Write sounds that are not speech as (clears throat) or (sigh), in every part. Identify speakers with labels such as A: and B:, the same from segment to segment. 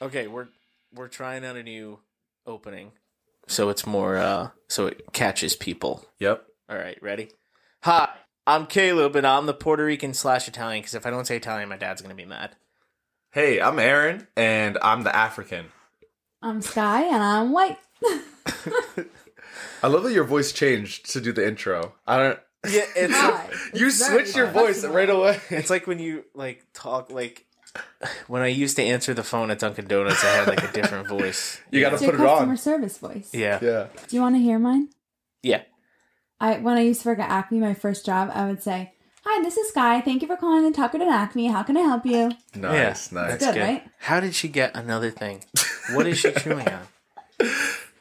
A: Okay, we're we're trying out a new opening, so it's more uh, so it catches people.
B: Yep.
A: All right, ready? Hi, I'm Caleb, and I'm the Puerto Rican slash Italian. Because if I don't say Italian, my dad's gonna be mad.
B: Hey, I'm Aaron, and I'm the African.
C: I'm Sky and I'm white.
B: I love that your voice changed to do the intro. I don't.
A: Yeah, it's
C: (laughs) Hi.
B: (laughs) you
C: It's
B: switch
C: very
B: your voice
C: flexible.
B: right away. (laughs)
A: it's like when you like talk like when I used to answer the phone at Dunkin' Donuts, I had like a different voice.
B: (laughs) You gotta
C: (laughs) It's your
B: put it
C: customer
B: on.
C: service voice.
B: (laughs)
A: Yeah.
B: Yeah.
C: Do you want to hear mine?
A: Yeah.
C: I when I used to work at Acme, my first job, I would say, "Hi, this is Sky. Thank you for calling the Tucker and Acme. How can I help you?"
B: Nice.
A: Yeah,
B: Nice.
C: Good, right?
A: How did she get another thing? What is she chewing on?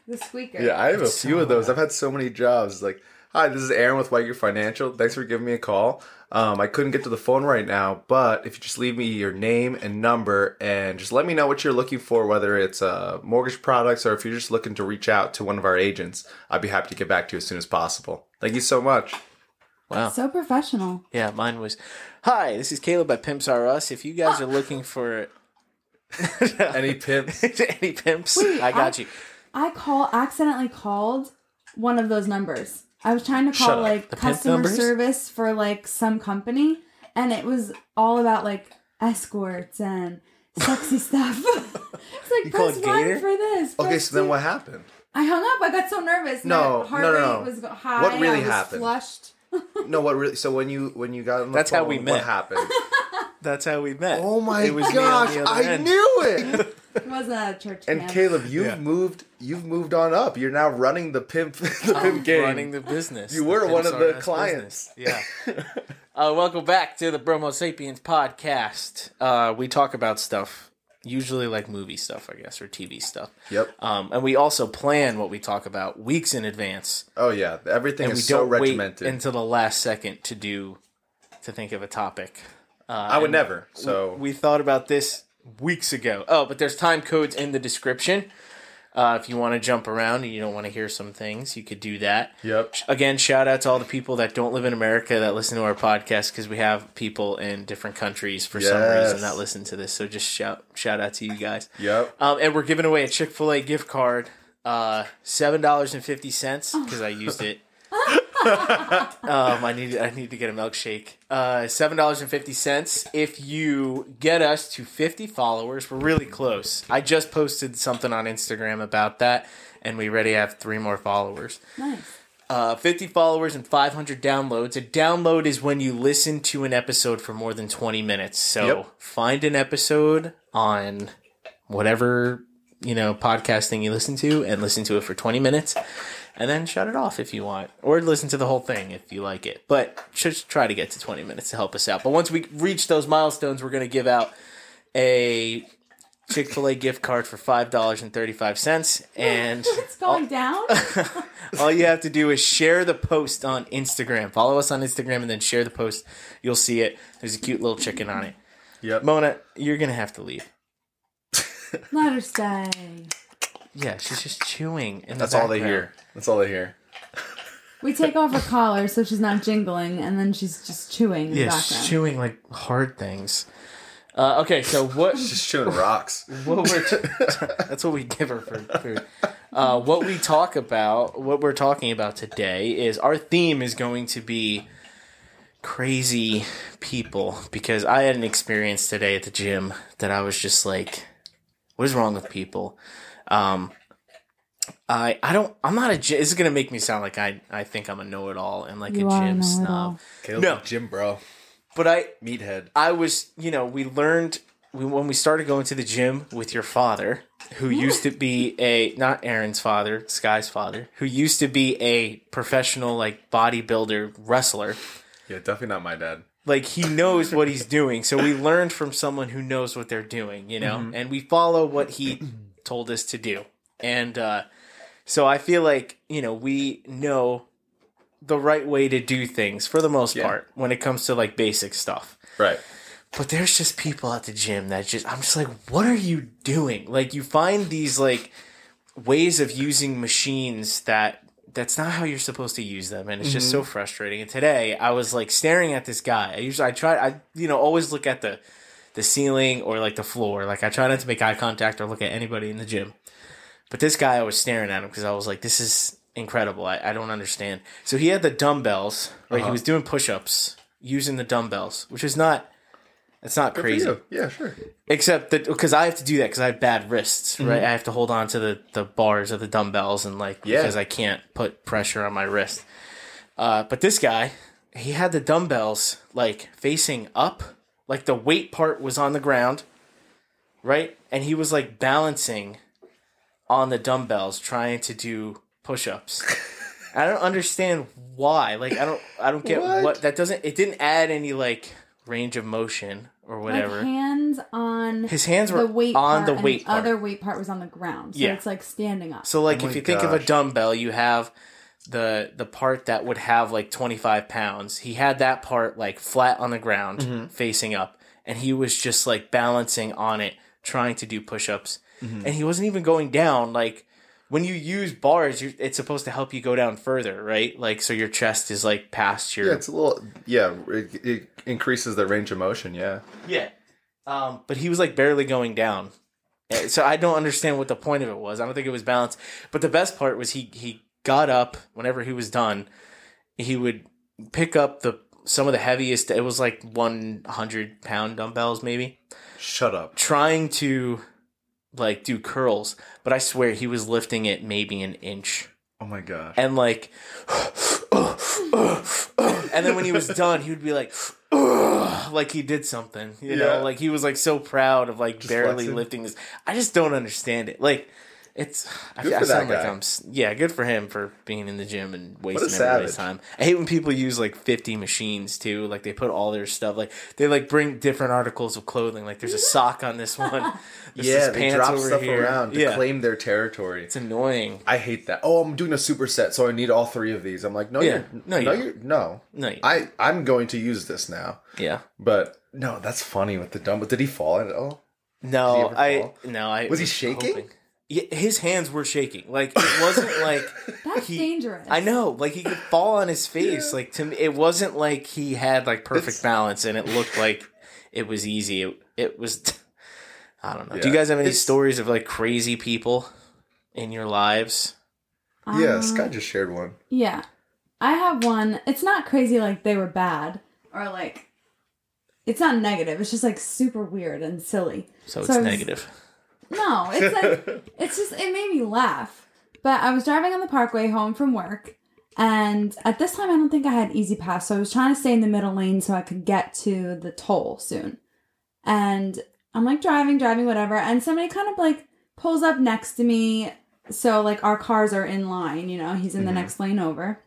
C: The squeaker.
B: Yeah, I have a
A: It's
B: few
A: so
B: of those.
A: loud.
B: I've had so many jobs. Like, hi, this is Aaron with White Gear Financial. Thanks for giving me a call. Um, I couldn't get to the phone right now, but if you just leave me your name and number and just let me know what you're looking for, whether it's uh, mortgage products or if you're just looking to reach out to one of our agents, I'd be happy to get back to you as soon as possible. Thank you so much.
A: Wow.
C: So professional.
A: Yeah, mine was. Hi, this is Caleb at Pimps R Us. If you guys are looking for
B: Ah. (laughs) Any
A: (laughs)
B: pimps?
A: any pimps,
C: Wait,
A: I got
C: I-
A: you.
C: I call accidentally called one of those numbers. I was trying to
B: Shut
C: call
B: up.
C: like
A: The pimp
C: customer
A: numbers?
C: service for like some company, and it was all about like escorts and
B: (laughs)
C: sexy stuff. (laughs) it's like
A: You called
C: press one
A: Gator?
C: for this.
B: Okay,
C: press
B: so then
C: two."
B: what happened?
C: I hung up. I got so nervous.
B: No,
C: My heart
B: no, no,
C: rate
B: no.
C: was go- high.
B: What really
C: I was
B: happened?
C: Flushed.
B: No, what really? So when you when you got on the
A: That's
B: phone,
A: how we
B: what
A: met.
B: happened?
A: That's how we met.
B: (laughs) Oh my
A: It was me on
B: gosh,
A: the other
B: I
A: end.
B: knew it.
C: It was a church.
B: (laughs) And
C: camp.
B: Caleb, you've
A: Yeah.
B: moved. You've moved on up. You're now running the pimp. (laughs) The
A: I'm
B: pimp game.
A: running the business.
B: You were
A: Pimps
B: one of
A: R
B: the
A: Us
B: clients.
A: business. Yeah.
B: (laughs)
A: uh, welcome back to the Bromo Sapiens podcast. Uh, we talk about stuff, usually like movie stuff, I guess, or TV stuff.
B: yep.
A: Um, and we also plan what we talk about weeks in advance.
B: Oh yeah. Everything
A: and we
B: is so
A: don't wait
B: regimented.
A: until the last second to do to think of a topic. Uh,
B: I would
A: and
B: never. So
A: We thought about this weeks ago. Oh, but there's time codes in the description. Uh, if you want to jump around and you don't want to hear some things, you could do that.
B: Yep.
A: Again, shout out to all the people that don't live in America that listen to our podcast because we have people in different countries for some
B: Yes.
A: reason that listen to this. So just shout shout out to you guys.
B: Yep.
A: Um, and we're giving away a Chick Fil A gift card, uh, seven dollars and fifty cents because I used it. um, I need I need to get a milkshake. Uh, seven dollars and fifty cents if you get us to fifty followers. We're really close. I just posted something on Instagram about that, and we already have three more followers (laughs)
C: nice.
A: uh, 50 followers and 500 downloads. A download is when you listen to an episode for more than 20 minutes. So
B: Yep.
A: find an episode on whatever, you know, podcasting you listen to and listen to it for 20 minutes and then shut it off if you want or listen to the whole thing if you like it. But just try to get to 20 minutes to help us out. But once we reach those milestones, we're going to give out a Chick fil A gift card for $5.35.
C: (laughs)
A: And
C: It's going down.
A: all you have to do is share the post on Instagram. Follow us on Instagram and then share the post. You'll see it. There's a cute little chicken on it.
B: Yep.
A: Mona, you're gonna have to leave.
C: Let her stay.
A: Yeah, she's just chewing. In the
B: (laughs) That's all they
A: background.
B: hear. That's all they hear.
C: We take off her collar so she's not jingling, and then she's just chewing in the
A: Yeah,
C: background.
A: she's chewing like hard things. Uh, okay, so (laughs) what?
B: Just chewing
A: (laughs)
B: rocks.
A: what we're that's what we give her for food. Uh, what we talk about, what we're talking about today is our theme is going to be crazy people because I had an experience today at the gym that I was just like, what is wrong with people? Um, I I don't I'm not a gy- this is gonna make me sound like I I think I'm a know it all and like
C: You
A: a
C: are a
A: gym
C: know-it-all.
A: snob,
B: Caleb,
A: No.
B: Jim, bro.
A: but I
B: Meathead.
A: I was, you know, we learned we, when we started going to the gym with your father, who used to be a not Aaron's father, Sky's father, who used to be a professional like bodybuilder wrestler.
B: Yeah, definitely not my dad.
A: Like he knows what he's doing. So we learned from someone who knows what they're doing, you know, and we follow what he (clears throat) told us to do. And uh, so I feel like, you know, we know the right way to do things for the most
B: Yeah.
A: part when it comes to like basic stuff
B: Right.
A: but there's just people at the gym that just I'm just like, what are you doing? Like you find these like ways of using machines that that's not how you're supposed to use them and it's just
B: Mm-hmm.
A: so frustrating. And today I was like staring at this guy. I usually I try I you know always look at the the ceiling or like the floor. Like I try not to make eye contact or look at anybody in the gym. But this guy, I was staring at him because I was like, this is incredible. I, I don't understand. So he had the dumbbells, right?
B: Uh-huh.
A: He was doing push ups using the dumbbells, which is not, it's not
B: For
A: crazy.
B: you. Yeah, sure.
A: Except that because I have to do that because I have bad wrists,
B: Mm-hmm.
A: right? I have to hold on to the, the bars of the dumbbells and like,
B: Yeah.
A: because I can't put pressure on my wrist. Uh, but this guy, he had the dumbbells like facing up, like the weight part was on the ground, right? And he was like balancing on the dumbbells trying to do push
B: (laughs)
A: ups. I don't understand why. Like I don't I don't get
B: What?
A: what? that doesn't it didn't add any like range of motion or whatever.
C: Like hands on
A: His hands were
C: the weight
A: on
C: part
A: the
C: and
A: weight part.
C: other weight part was on the ground. So
A: Yeah.
C: it's like standing up.
A: So like
B: Oh my
A: if you think of a
B: gosh.
A: dumbbell, you have the the part that would have like 25 pounds. He had that part like flat on the ground
B: Mm-hmm.
A: facing up and he was just like balancing on it trying to do push-ups.
B: Mm-hmm.
A: And he wasn't even going down like when you use bars, you it's supposed to help you go down further, right? Like so your chest is like past your
B: Yeah, it's a little. Yeah, it, it increases the range of motion. Yeah.
A: Yeah. Um, but he was like barely going down. Uh, So I don't understand what the point of it was. I don't think it was balanced. But the best part was he he got up whenever he was done. He would pick up the some of the heaviest. It was like one hundred pound dumbbells, maybe.
B: Shut up.
A: Trying to like do curls, but I swear he was lifting it maybe an inch
B: Oh my gosh.
A: and like. and then when he was done, he would be like, like he did something, you
B: Yeah.
A: know, like he was like so proud of like barely
B: flexing.
A: lifting this. I just don't understand it. Like, it's I,
B: Good
A: I
B: for that
A: sound like
B: guy.
A: I'm s- yeah, good for him for being in the gym and wasting
B: savage.
A: everybody's time. I hate when people use like 50 machines too. Like they put all their stuff, like they like bring different articles of clothing. Like there's a sock on this
B: (laughs)
A: one, There's
B: yeah,
A: this
B: they
A: pants
B: drop
A: over
B: stuff
A: here.
B: around to
A: yeah,
B: claim their territory.
A: it's annoying.
B: I hate that. Oh, I'm doing a superset, so I need all three of these. I'm like, no,
A: Yeah.
B: you're,
A: No,
B: no,
A: you
B: no,
A: don't.
B: you're, no.
A: No, you-
B: I I'm going to use this now.
A: yeah.
B: But no, that's funny with the dumbbell. Did he fall at all?
A: No,
B: Did he ever
A: I
B: fall?
A: no, I
B: Was he shaking?
A: Yeah, his hands were shaking. Like it
B: (laughs)
A: wasn't like
C: That's
A: he-
C: dangerous.
A: I know, like he could fall on his face. Like to me, it wasn't like he had like perfect
B: It's-
A: balance, and it looked like it was easy. It, it was. (laughs) I don't know. Do you
B: Yeah.
A: guys have any
B: It's-
A: stories of like crazy people in your lives?
B: yeah,
C: Um,
B: Sky just shared one.
C: Yeah. I have one. It's not crazy like they were bad or like it's not negative. It's just like super weird and silly.
A: So it's
C: So I was-
A: negative.
C: No, it's like
A: (laughs)
C: it's just it made me laugh. But I was driving on the parkway home from work and at this time I don't think I had easy pass, so I was trying to stay in the middle lane so I could get to the toll soon. And I'm like driving, driving, whatever, and somebody kind of like pulls up next to me. So like our cars are in line, you know, he's in the
B: Mhm.
C: next lane over.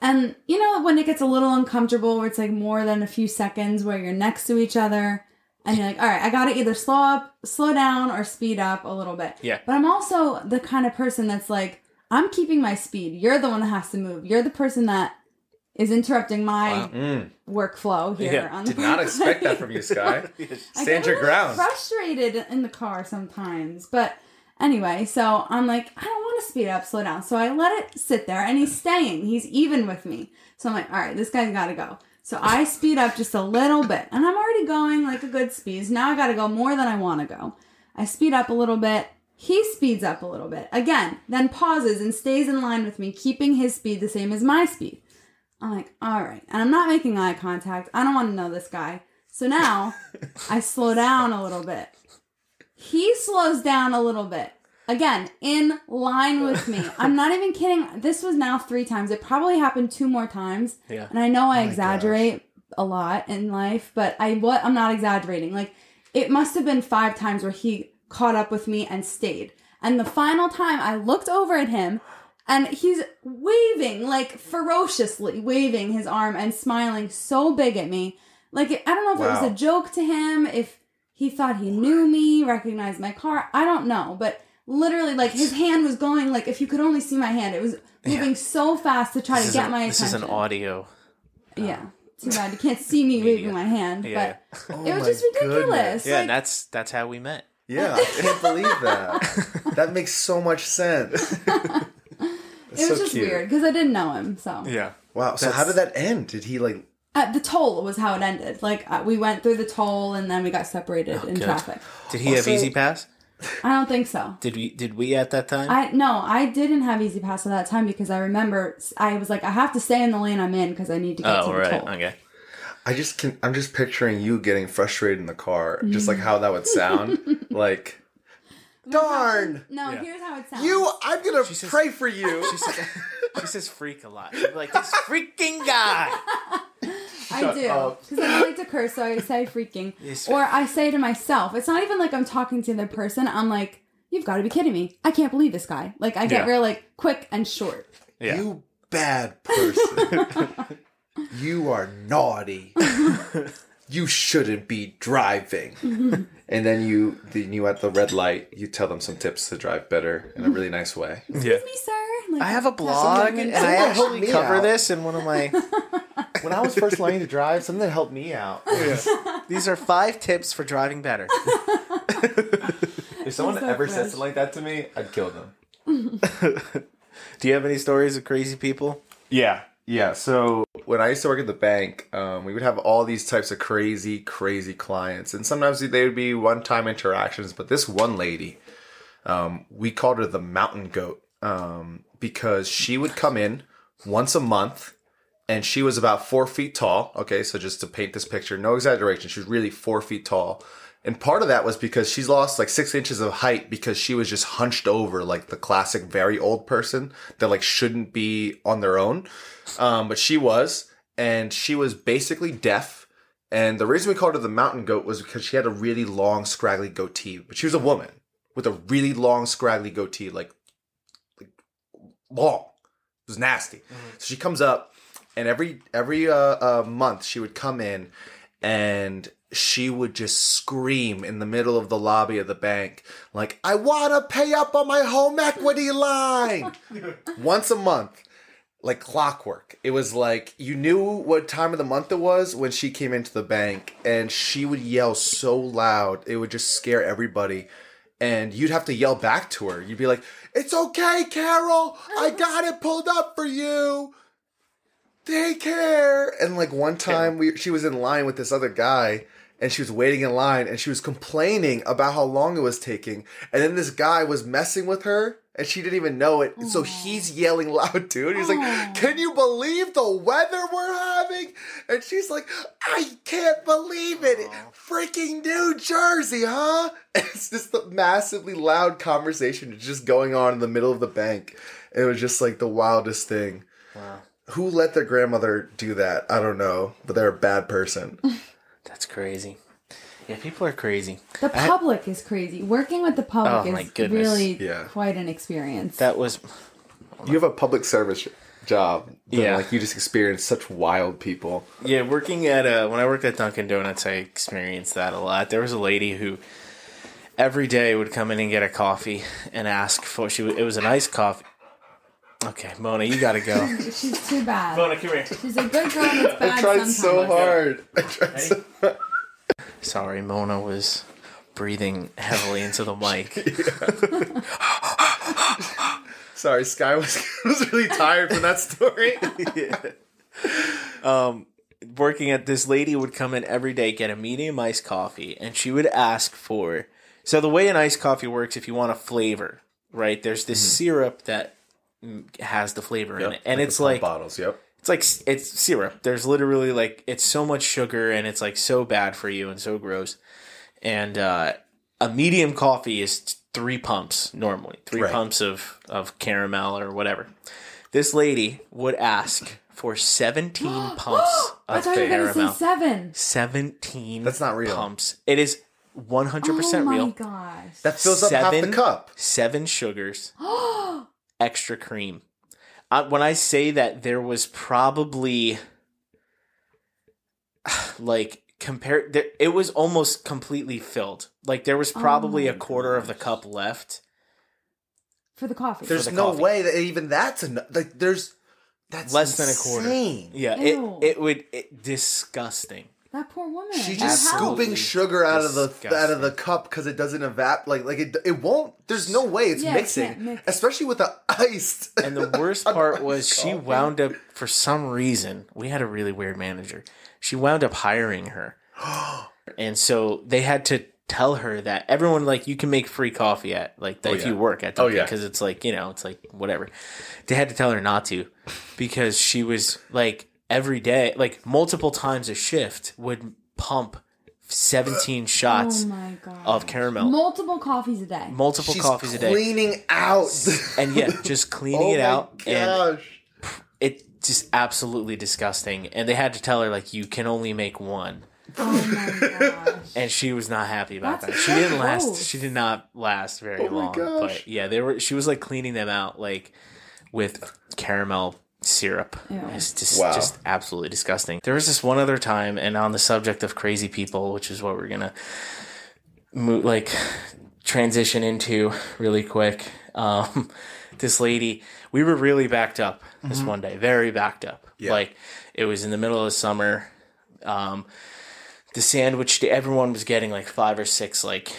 C: And you know when it gets a little uncomfortable where it's like more than a few seconds where you're next to each other and you're like, all right, I gotta either slow up, slow down, or speed up a little bit.
A: Yeah.
C: But I'm also the kind of person that's like, I'm keeping my speed. You're the one that has to move. You're the person that is interrupting my
A: Wow.
C: (laughs)
B: Mm,
C: workflow here.
A: Yeah,
C: on the
B: did not expect
C: (laughs)
B: that from you, (laughs) Sky.
C: I
B: Stand
C: get a
B: your
C: little
B: ground.
C: Frustrated in the car sometimes, but anyway, so I'm like, I don't want to speed up, slow down. So I let it sit there, and he's staying. He's even with me. So I'm like, all right, this guy's got to go. So I speed up just a little bit, and I'm already going like a good speed. So Now I got to go more than I want to go. I speed up a little bit. He speeds up a little bit again, then pauses and stays in line with me, keeping his speed the same as my speed. I'm like, all right. And I'm not making eye contact. I don't want to know this guy. So now I slow down a little bit. He slows down a little bit. Again, in line with me. I'm not even kidding. This was now three times. It probably happened two more times.
A: Yeah.
C: And I know
B: my
C: I exaggerate a lot in life, but I what I'm not exaggerating. Like it must have been five times where he caught up with me and stayed. And the final time I looked over at him and he's waving, like ferociously waving his arm and smiling so big at me. Like, I don't know if it was
B: Wow.
C: a joke to him, if he thought he knew me, recognized my car. I don't know. But literally, like, his hand was going, like, if you could only see my hand, it was moving so fast to try
A: This
C: to
A: is,
C: get
A: a-
C: my
A: this is
C: attention.
A: an audio.
C: Yeah. Too bad. You can't
A: (laughs)
C: see me waving my hand.
A: Yeah.
C: But
B: Oh
C: it was
B: my
C: just ridiculous.
B: goodness.
A: Yeah,
C: Like,
A: and that's that's how we met.
B: Yeah, I can't
A: (laughs)
B: believe that. That makes so much
C: (laughs)
B: sense.
C: it was just weird because I didn't know him. So.
A: Yeah.
B: Wow. So how
A: That's-
B: did that end? Did he like
C: uh, the toll was how it ended. Like uh, we went through the toll and then we got separated in
A: good.
C: traffic.
A: Did he have
B: Also-
A: Easy Pass?
C: I don't think so.
A: Did we? Did we at that time?
C: I no, I didn't have Easy Pass at that time because I remember s- I was like, I have to stay in the lane I'm in because I need to get to
A: oh
C: the
A: right.
C: toll.
A: Okay.
B: I just can. I'm just picturing you getting frustrated in the car, just like how that would
C: (laughs)
B: sound. like, darn,
C: No,
A: Yeah.
C: here's how it sounds.
B: you. I'm gonna
A: says-
B: pray for you.
A: She says, she says freak a lot. She'd be like this freaking guy.
C: I
B: Shut
C: do
B: up.
C: because I don't like to curse, so I say freaking,
A: Yes.
C: or I say to myself. It's not even like I'm talking to the other person. I'm like, you've got to be kidding me! I can't believe this guy. Like I get
A: Yeah.
C: real like quick and short.
A: Yeah.
B: You bad person. (laughs) you are (laughs) naughty. you shouldn't be driving.
C: (laughs)
B: and then you then you at the red light, you tell them some tips to drive better in a really nice way.
A: yeah.
C: Me, sir. Like,
A: I have a
C: that's
A: blog
C: something
A: and I
B: help
A: actually
B: me
A: cover
B: out.
A: this in one of my.
B: When I was first learning to drive, something that helped me out.
A: These are five tips for driving better.
B: If someone
C: so
B: ever
C: fresh.
B: said something like that to me, I'd kill them.
A: Do you have any stories of crazy people?
B: Yeah. Yeah. So when I used to work at the bank, um, we would have all these types of crazy, crazy clients. And sometimes they would be one time interactions. But this one lady, um, we called her the mountain goat um, because she would come in once a month and she was about four feet tall. Okay. So just to paint this picture, no exaggeration, she was really four feet tall. And part of that was because she's lost like six inches of height because she was just hunched over like the classic very old person that like shouldn't be on their own. Um, but she was, and she was basically deaf. And the reason we called her the mountain goat was because she had a really long, scraggly goatee. But she was a woman with a really long, scraggly goatee, like, like long. It was nasty. So she comes up, and every every uh, uh, month she would come in, and she would just scream in the middle of the lobby of the bank, like, "I wanna pay up on my home equity line." Once a month like clockwork. It was like you knew what time of the month it was when she came into the bank and she would yell so loud. It would just scare everybody. And you'd have to yell back to her. You'd be like, It's okay, Carol. I got it pulled up for you. Take care. And like one time we she was in line with this other guy and she was waiting in line and she was complaining about how long it was taking. And then this guy was messing with her and she didn't even know it. And so he's yelling loud too. And he's
C: Aw.
B: like, Can you believe the weather we're having? And she's like, I can't believe it. Freaking New Jersey, huh? (laughs) It's just the massively loud conversation just going on in the middle of the bank. It was just like the wildest thing.
A: Wow,
B: Who let their grandmother do that? I don't know, but they're a bad (laughs) person.
A: that's crazy. Yeah, people are crazy.
C: The
A: I-
C: public is crazy. Working with the public
A: Oh, my
C: is
A: goodness.
C: really
B: Yeah.
C: quite an experience.
A: That was
B: you have a public service job. Then,
A: Yeah.
B: Like you just experience such wild people.
A: Yeah, working at uh, when I worked at Dunkin' Donuts, I experienced that a lot. There was a lady who every day would come in and get a coffee and ask for she. It was an iced coffee. Okay, Mona, you gotta (laughs) go.
C: She's too bad.
A: come here.
C: She's a good girl and it's bad
B: I tried
C: sometimes.
B: so hard. (laughs) I tried so
A: Sorry, Mona was breathing heavily into (laughs) the mic.
B: Sorry, Sky was, (laughs) was really tired from that story. (laughs)
A: working at this lady would come in every day, get a medium iced coffee, and she would ask for. So the way an iced coffee works, if you want a flavor, right? There's this syrup that mm, has the flavor in it, and it's Mm-hmm. like
B: bottles. Yep.
A: it's like s- it's syrup. There's literally like it's so much sugar and it's like so bad for you and so gross. And uh, a medium coffee is t- three pumps normally, three
B: Right.
A: pumps of of caramel or whatever. This lady would ask for seventeen
C: (gasps)
A: pumps
C: I
A: of
C: thought you were going to say
A: caramel.
C: seven.
A: 17
B: That's not real.
A: pumps. It is 100%
C: oh my
A: real.
C: gosh.
B: That fills up half the
A: Seven?
B: cup.
A: Seven sugars, extra cream. I, when I say that, there was probably (sighs) like compare. There, it was almost completely filled. Like there was probably
C: Oh my
A: a quarter of the cup left.
C: (gasps) For the coffee.
B: There's
A: the
B: no
A: coffee.
B: way that even that's enough. Like there's that's
A: Less than a quarter.
B: insane.
A: Yeah,
C: Ew.
A: it it would it, disgusting.
C: That poor woman.
B: She's
C: That
B: just
A: Absolutely
B: scooping sugar out of the
A: disgusting.
B: out of the cup because it doesn't evap like like it it won't. There's no way it's
C: Yeah, it
B: mixing,
C: can't mix.
B: especially with the (laughs) iced.
A: And
B: (laughs)
A: the worst part was she wound up for some reason. We had a really weird manager. She wound up hiring
B: (gasps)
A: her, and so they had to tell her that everyone like you can make free coffee at like if
B: yeah.
A: you work at
B: Oh,
A: Dunkin'
B: yeah.
A: because it's like you know it's like whatever. They had to tell her not to because she was like every day like multiple times a shift would pump
B: (gasps)
A: seventeen shots
C: Oh my god.
A: of caramel,
C: Multiple coffees a day.
A: multiple
B: She's
A: coffees a day,
B: cleaning out.
A: and yeah, just cleaning
B: (laughs) oh
A: it
B: my
A: out and
B: gosh.
A: it just absolutely disgusting and they had to tell her like you can only make one
C: Oh my gosh.
B: (laughs)
A: and she was not happy about
C: That's
A: that she didn't last
C: gross.
A: she did not last very
B: Oh my
A: long
B: gosh.
A: but yeah they were she was like cleaning them out like with caramel syrup
C: Ew.
A: it's just
B: Wow.
A: just absolutely disgusting there was this one other time and on the subject of crazy people which is what we're gonna mo- like transition into really quick um (laughs) this lady we were really backed up this one day very backed up
B: Mm-hmm. Yeah.
A: like it was in the middle of summer um the sandwich everyone was getting like five or six like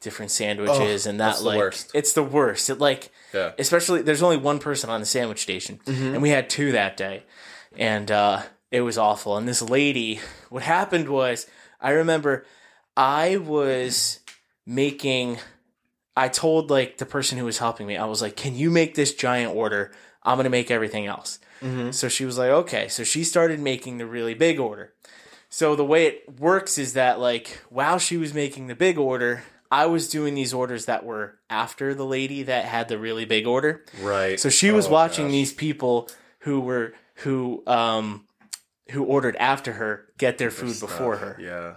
A: different sandwiches and that
B: Oh, that's the
A: like
B: worst.
A: it's the worst it like
B: Yeah.
A: especially there's only one person on the sandwich station and we had two that day and uh it was awful and this lady what happened was i remember i was making I told like the person who was helping me, I was like, "Can you make this giant order? I'm gonna make everything else." So she was like, "Okay." So she started making the really big order. So the way it works is that like while she was making the big order, I was doing these orders that were after the lady that had the really big order.
B: Right.
A: So she was
B: Oh,
A: watching
B: gosh.
A: these people who were who um who ordered after her get their food before her.
B: Yeah.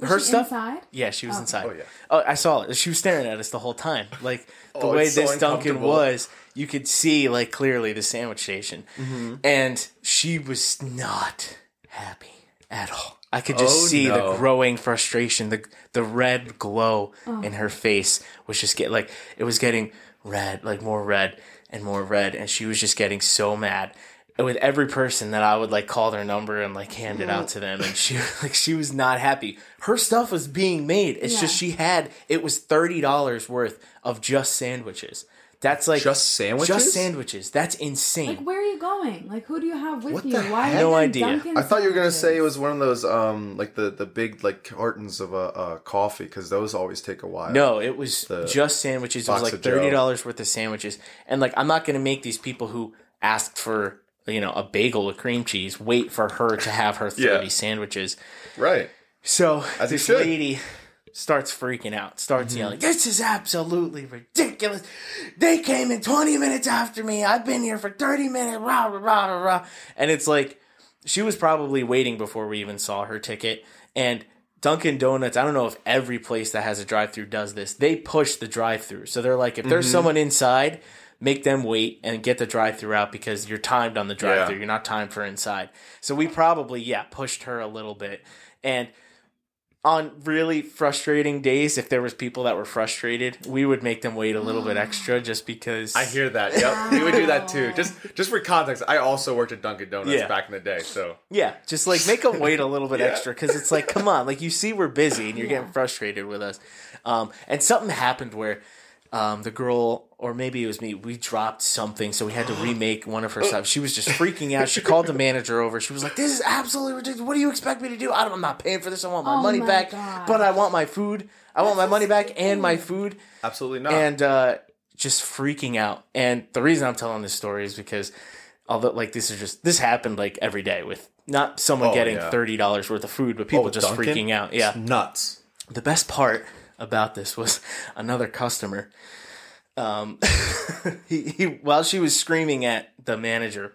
C: Was
A: Her
C: she
A: stuff
C: inside?
A: yeah, she was inside.
B: Oh, yeah.
A: Oh, I saw it. She was staring at us the whole time. Like the
B: Oh,
A: way
B: it's so
A: this Duncan
B: uncomfortable.
A: was, you could see like clearly the sandwich station,
B: Mm-hmm.
A: and she was not happy at all. I could just
B: Oh,
A: see
B: no.
A: the growing frustration, the the red glow
C: Oh.
A: in her face was just get like it was getting red, like more red and more red, and she was just getting so mad. And with every person that I would like call their number and like hand it
C: Mm.
A: out to them, and she (laughs) like she was not happy. Her stuff was being made. It's
C: Yeah.
A: just she had it was thirty dollars worth of just sandwiches. That's like
B: Just sandwiches?
A: Just sandwiches. That's insane.
C: Like, where are you going? Like, who do you have with
B: What
C: you?
B: the
C: Why
B: heck?
C: are
A: No
C: there
A: idea.
C: Dunkin'
B: I thought you were gonna
C: sandwiches?
B: say it was one of those um like the the big like cartons of a uh, uh, coffee because those always take a while.
A: No, it was just sandwiches. It was
B: box
A: like
B: of
A: thirty
B: Joe.
A: dollars worth of sandwiches, and like I'm not gonna make these people who asked for you know a bagel with cream cheese wait for her to have her
B: Yeah.
A: thirty sandwiches.
B: Right.
A: So
B: As you
A: this
B: should. Mm-hmm.
A: lady starts freaking out, starts yelling, "This is absolutely ridiculous! They came in twenty minutes after me. I've been here for thirty minutes." Rah rah rah rah. rah." And it's like she was probably waiting before we even saw her ticket and. Dunkin' Donuts, I don't know if every place that has a drive through does this. They push the drive through. So they're like, if there's
B: Mm-hmm.
A: someone inside, make them wait and get the drive through out because you're timed on the drive through.
B: Yeah.
A: You're not timed for inside. So we probably, yeah, pushed her a little bit. And on really frustrating days, if there was people that were frustrated, we would make them wait a little bit extra just because
B: I hear that. Yep, we would do that too. Just just for context, I also worked at Dunkin' Donuts
A: Yeah.
B: back in the day, so
A: Yeah, just like make them wait a little bit
B: (laughs) Yeah.
A: extra because it's like, come on, like you see we're busy and you're
C: Yeah.
A: getting frustrated with us. Um, and something happened where um, the girl, or maybe it was me, we dropped something, so we
B: (gasps)
A: had to remake one of her stuff. She was just freaking out. She
B: (laughs)
A: called the manager over. She was like, "This is absolutely ridiculous. What do you expect me to do? I don't, I'm not paying for this. I want my
C: Oh
A: money
C: my
A: back,
C: gosh.
A: but I want my food. I want my
C: That's
A: money back and
C: insane.
A: my food."
B: absolutely not.
A: and uh, just freaking out. And the reason I'm telling this story is because although like this is just this happened like every day with not someone
B: Oh,
A: getting
B: yeah.
A: thirty dollars worth of food, but people
B: Oh,
A: just
B: Dunkin'?
A: freaking out. Yeah,
B: nuts.
A: the best part about this was (laughs) another customer. Um, (laughs) he, he while she was screaming at the manager.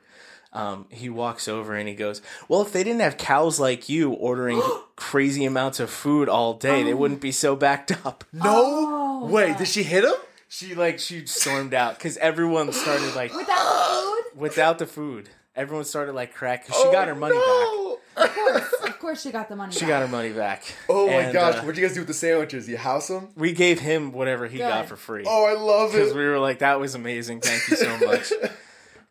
A: Um, he walks over and he goes, "Well, if they didn't have cows like you
B: (gasps)
A: ordering crazy amounts of food all day, they wouldn't be so backed up."
B: Oh. No
C: Oh,
B: way.
C: yeah.
B: Did she hit him?
A: She like she stormed out because everyone started like
C: Without food?
A: without the food. Everyone started like crack. 'cause She
B: Oh,
A: got her money back.
B: back.
C: Of course, she got the money.
A: She got her money back.
B: Oh my
A: And,
B: gosh!
A: uh,
B: What'd you guys do with the sandwiches? You house them?
A: we gave him whatever he got
C: Good.
A: for free
B: Oh, I love
A: because
B: it. (laughs)
A: we were like, "That was amazing. Thank you so much."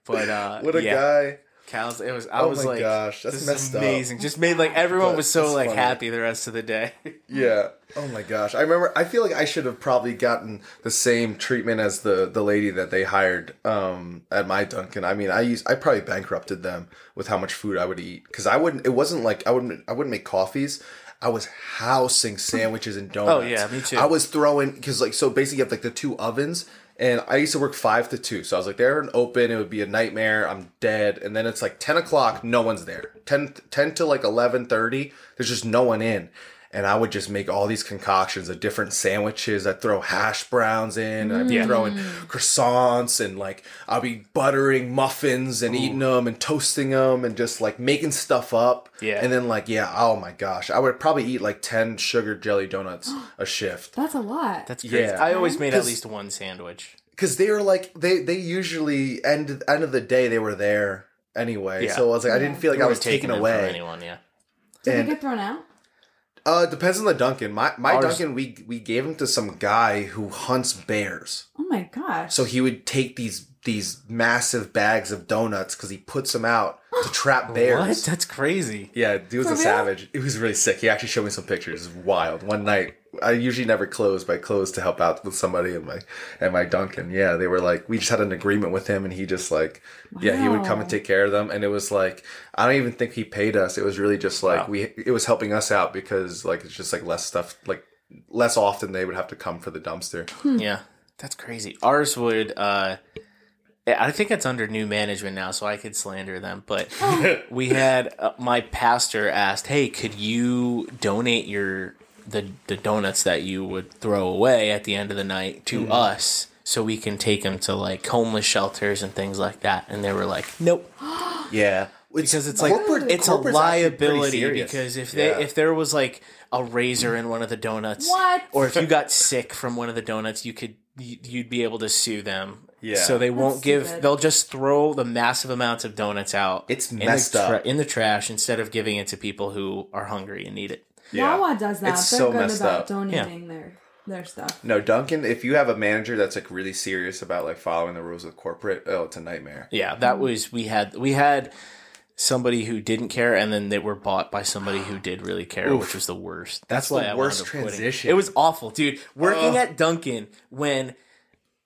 A: But uh,
B: What a
A: yeah,
B: guy.
A: cows. It was. I
B: Oh
A: was
B: my
A: like,
B: gosh, that's
A: this
B: messed
A: is
B: up.
A: amazing. Just made like everyone
B: But
A: was so
B: it's
A: like
B: funny.
A: happy the rest of the day. (laughs)
B: Yeah. Oh my gosh. I remember. I feel like I should have probably gotten the same treatment as the the lady that they hired um, at my Dunkin'. I mean, I used I probably bankrupted them with how much food I would eat because I wouldn't. It wasn't like I wouldn't. I wouldn't make coffees. I was housing sandwiches and donuts.
A: Oh, yeah, me too.
B: I was throwing because like so basically you have like the two ovens. And I used to work five to two, so I was like, they're open. It would be a nightmare. I'm dead. And then it's like ten o'clock, no one's there. 10, 10 to like eleven thirty, there's just no one in and I would just make all these concoctions of different sandwiches. I'd throw hash browns in, and I'd be
A: Yeah.
B: throwing croissants, and like I'd be buttering muffins and eating them and toasting them and just like making stuff up.
A: Yeah.
B: And then like yeah, oh my gosh, I would probably eat like ten sugar jelly donuts a shift
C: That's a lot.
A: That's crazy.
B: Yeah.
A: I always made at
B: 'Cause-
A: least one sandwich.
B: because they were like they they usually end end of the day they were there anyway.
A: Yeah.
B: So I was like I didn't feel like I
A: Would've
B: was taken
A: them from
B: away.
A: anyone, yeah.
C: Did
B: and-
C: they get thrown out?
B: Uh, depends on the Duncan. My my
A: Ours-
B: Duncan we we gave him to some guy who hunts bears.
C: Oh my gosh.
B: So he would take these these massive bags of donuts because he puts them out to
A: (gasps)
B: trap
A: What?
B: bears.
A: That's crazy.
B: Yeah, dude was
C: For
B: a
C: real?
B: savage. It was really sick. He actually showed me some pictures. It was wild. One night, I usually never close, but I closed to help out with somebody and my and my Duncan. Yeah, they were like, we just had an agreement with him, and he just like, yeah, he would come
C: Wow.
B: and take care of them. And it was like, I don't even think he paid us. It was really just like
A: Wow.
B: we. It was helping us out because like it's just like less stuff like. Less often they would have to come for the dumpster.
A: Yeah, that's crazy. Ours would. uh I think it's under new management now, so I could slander them. But we had uh, my pastor asked, "Hey, could you donate your the the donuts that you would throw away at the end of the night to us, so we can take them to like homeless shelters and things like that?" And they were like, "Nope."
B: Yeah,
A: because it's like it's a liability because if they if there was like a razor in one of the donuts
C: What?
A: or if you got sick from one of the donuts you could you- you'd be able to sue them
B: Yeah.
A: so they won't give
C: stupid.
A: they'll just throw the massive amounts of donuts out
B: It's
A: in the
B: messed up.
A: in the trash instead of giving it to people who are hungry and need it
B: Yeah.
C: Wawa does that.
B: It's
C: They're
B: so
C: good
B: messed
C: about
B: up.
C: donating their their stuff.
B: No, Duncan, if you have a manager that's like really serious about like following the rules of corporate, oh, it's a nightmare.
A: yeah that
B: Mm-hmm.
A: was we had we had somebody who didn't care and then they were bought by somebody who did really care which was the worst that's,
B: That's
A: why
B: the
A: I
B: worst
A: wound up quitting.
B: transition.
A: it was awful dude working at duncan when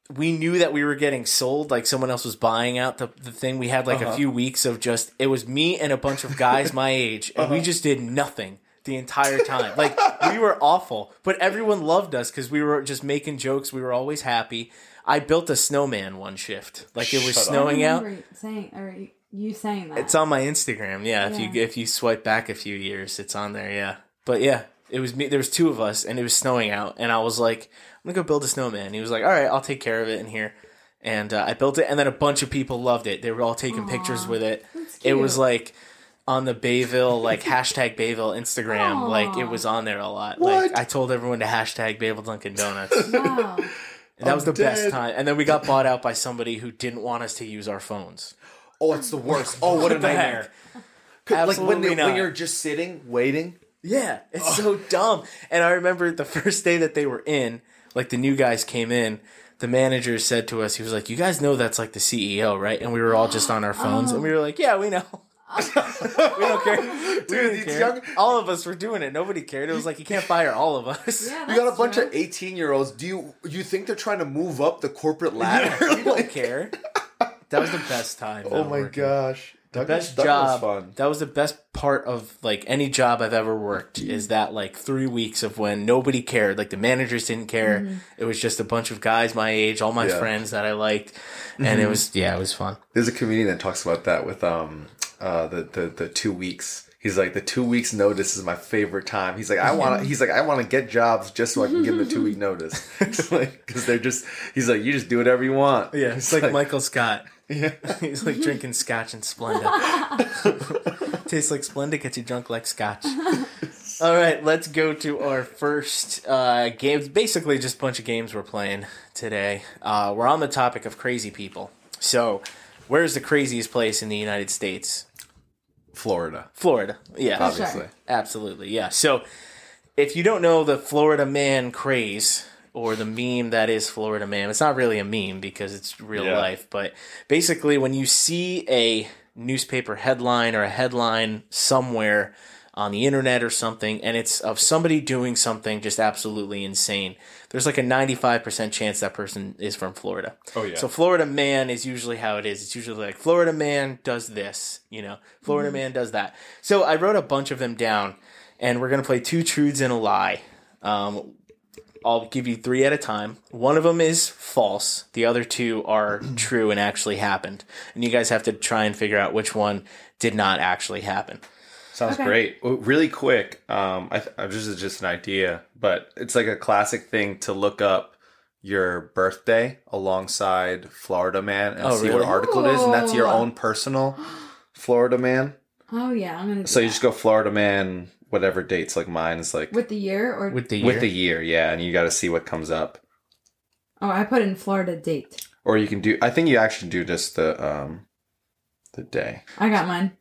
A: we knew that we were getting sold like someone else was buying out the, the thing we had like
B: Uh-huh.
A: a few weeks of just it was me and a bunch of guys
B: (laughs)
A: my age and
B: Uh-huh.
A: we just did nothing the entire time like we were awful but everyone loved us because we were just making jokes we were always happy i built a snowman one shift like it was
B: Shut up.
A: snowing
C: I
A: out
C: remember Saying or you- you saying that.
A: it's on my Instagram. Yeah, if you
C: Yeah.
A: if you swipe back a few years, it's on there. Yeah, but yeah, it was me. There was two of us, and it was snowing out, and I was like, "I'm gonna go build a snowman." He was like, "All right, I'll take care of it in here," and uh, I built it, and then a bunch of people loved it. They were all taking pictures with it.
C: That's
A: It was
C: cute.
A: like on the Bayville like hashtag Bayville Instagram.
C: Aw.
A: Like it was on there a lot.
B: What?
A: Like I told everyone to hashtag Bayville Dunkin' Donuts.
C: wow.
A: And that was the
B: I'm dead.
A: best time. And then we got bought out by somebody who didn't want us to use our phones.
B: Oh, it's the
A: (laughs)
B: worst. Oh, what a
A: the heck?
B: nightmare. Could- Like when,
A: Absolutely
B: they, when
A: not.
B: you're just sitting, waiting.
A: Yeah, it's
B: Oh.
A: so dumb. And I remember the first day that they were in, like the new guys came in, the manager said to us, he was like, You guys know that's like the CEO, right? And we were all just on our phones and we were like, Yeah, we know. (laughs) (laughs) we don't
B: (laughs)
A: care. We
B: Dude,
A: didn't
B: these
A: care.
B: young-
A: All of us were doing it. Nobody cared. It was like you can't fire all of us.
C: Yeah,
B: You got a
C: that's
B: bunch
C: true.
B: of 18 year olds. Do you you think they're trying to move up the
A: (laughs)
B: corporate ladder?
A: (laughs)
B: (laughs)
A: we don't
B: Like,
A: care. That was the best time.
B: oh
A: though,
B: my
A: working.
B: gosh. Dunkin'-
A: best
B: Dunkin' was
A: job.
B: fun.
A: That was the best part of like any job I've ever worked is that like three weeks of when nobody cared. Like the managers didn't care. It was just a bunch of guys my age, all my
B: Yeah.
A: friends that I liked, and it was yeah, it was fun.
B: There's a comedian that talks about that with um uh the the, the two weeks. He's like the two weeks notice is my favorite time. He's like I want to. He's like I want to get jobs just so I can give them a two week notice. (laughs)
A: (laughs)
B: It's like because they're just. He's like you just do whatever you want.
A: Yeah, it's like, Michael Scott. (laughs) Yeah, he's like drinking scotch and (laughs) Splenda. Tastes like Splenda gets you drunk like scotch. (laughs) All right, let's go to our first uh, game. It's Basically, just a bunch of games we're playing today. Uh, we're on the topic of crazy people. So, where's the craziest place in the United States?
B: Florida,
A: Florida. Yeah,
B: obviously.
C: Sure.
A: Absolutely, yeah. So, if you don't know the Florida man craze or the meme that is Florida man, it's not really a meme because it's real
B: Yeah.
A: life, but basically, when you see a newspaper headline or a headline somewhere on the internet or something, and it's of somebody doing something just absolutely insane. There's like a 95% chance that person is from Florida.
B: Oh, yeah.
A: So Florida man is usually how it is. It's usually like Florida man does this, you know, Florida
B: Mm-hmm.
A: man does that. So I wrote a bunch of them down, and we're gonna play two truths and a lie. Um, I'll give you three at a time. One of them is false. The other two (clears throat) are true and actually happened. And you guys have to try and figure out which one did not actually happen.
B: Sounds
C: Okay.
B: great. Well, really quick, um, I, th- I, this is just an idea, but it's like a classic thing to look up your birthday alongside Florida Man and
A: Oh,
B: see
A: really?
B: what article it is, and that's your
C: Ooh.
B: own personal Florida Man.
C: Oh yeah, I'm gonna. Do
B: So you
C: that.
B: just go Florida Man, whatever dates like mine is like with
C: with the year or
A: With the
B: the
A: year.
B: year, yeah, and you got to see what comes up,
C: oh, I put in Florida date.
B: or you can do. I think you actually do just the um, the day.
C: I got mine.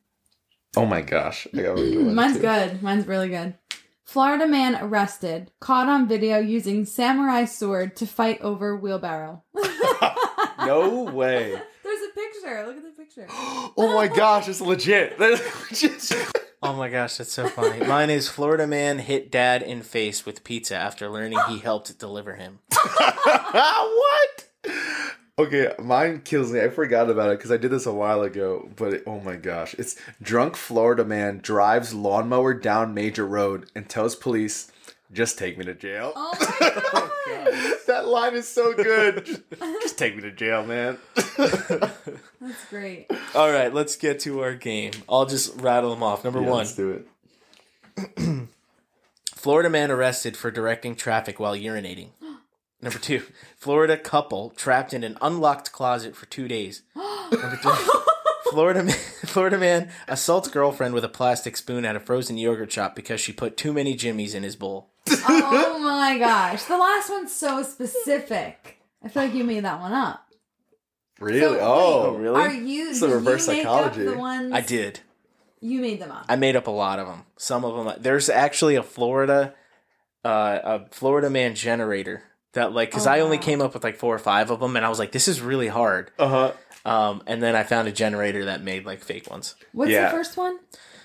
B: Oh my gosh, I got (laughs)
C: Mine's good. Mine's really good. Florida man arrested, caught on video using samurai sword to fight over wheelbarrow.
B: No (laughs) way.
C: There's a picture. Look at the picture.
B: Oh my gosh, it's legit. (laughs)
A: Oh my gosh, that's so funny. (laughs) Mine is Florida man hit dad in face with pizza after learning he helped deliver (laughs) him.
B: what? Okay, mine kills me. I forgot about it because I did this a while ago. But it- oh my gosh, it's drunk Florida man drives lawnmower down major road and tells police, "Just take me to jail."
C: Oh
B: (laughs)
C: my god.
B: That line is so good. just, (laughs) just take me to jail, (laughs) man.
C: That's great.
A: All right, let's get to our game. I'll just rattle them off. Number
B: Yeah,
A: one
B: let's do it.
A: Florida man arrested for directing traffic while (gasps) urinating. Number two, Florida couple trapped in an unlocked closet for two days.
C: Oh
A: Number three, Florida man, (laughs) Florida man assaults girlfriend with a plastic spoon at a frozen yogurt shop because she put too many jimmies in his bowl.
C: Oh my gosh. The last one's so specific. I feel like you made that one up.
B: Really?
C: So, wait,
B: oh,
A: Oh, really?
C: Are you?
B: It's the
C: did you
B: reverse
C: make
B: psychology.
C: Up the ones
A: I did.
C: You made them up.
A: I made up a lot of them. Some of them, there's actually a Florida, uh, a Florida man generator that like, cause
C: Oh,
A: I only
C: wow.
A: came up with like four or five of them, and I was like, this is really hard.
B: Uh huh.
A: Um, and then I found a generator that made like fake ones.
C: What's
B: Yeah.
C: the first one?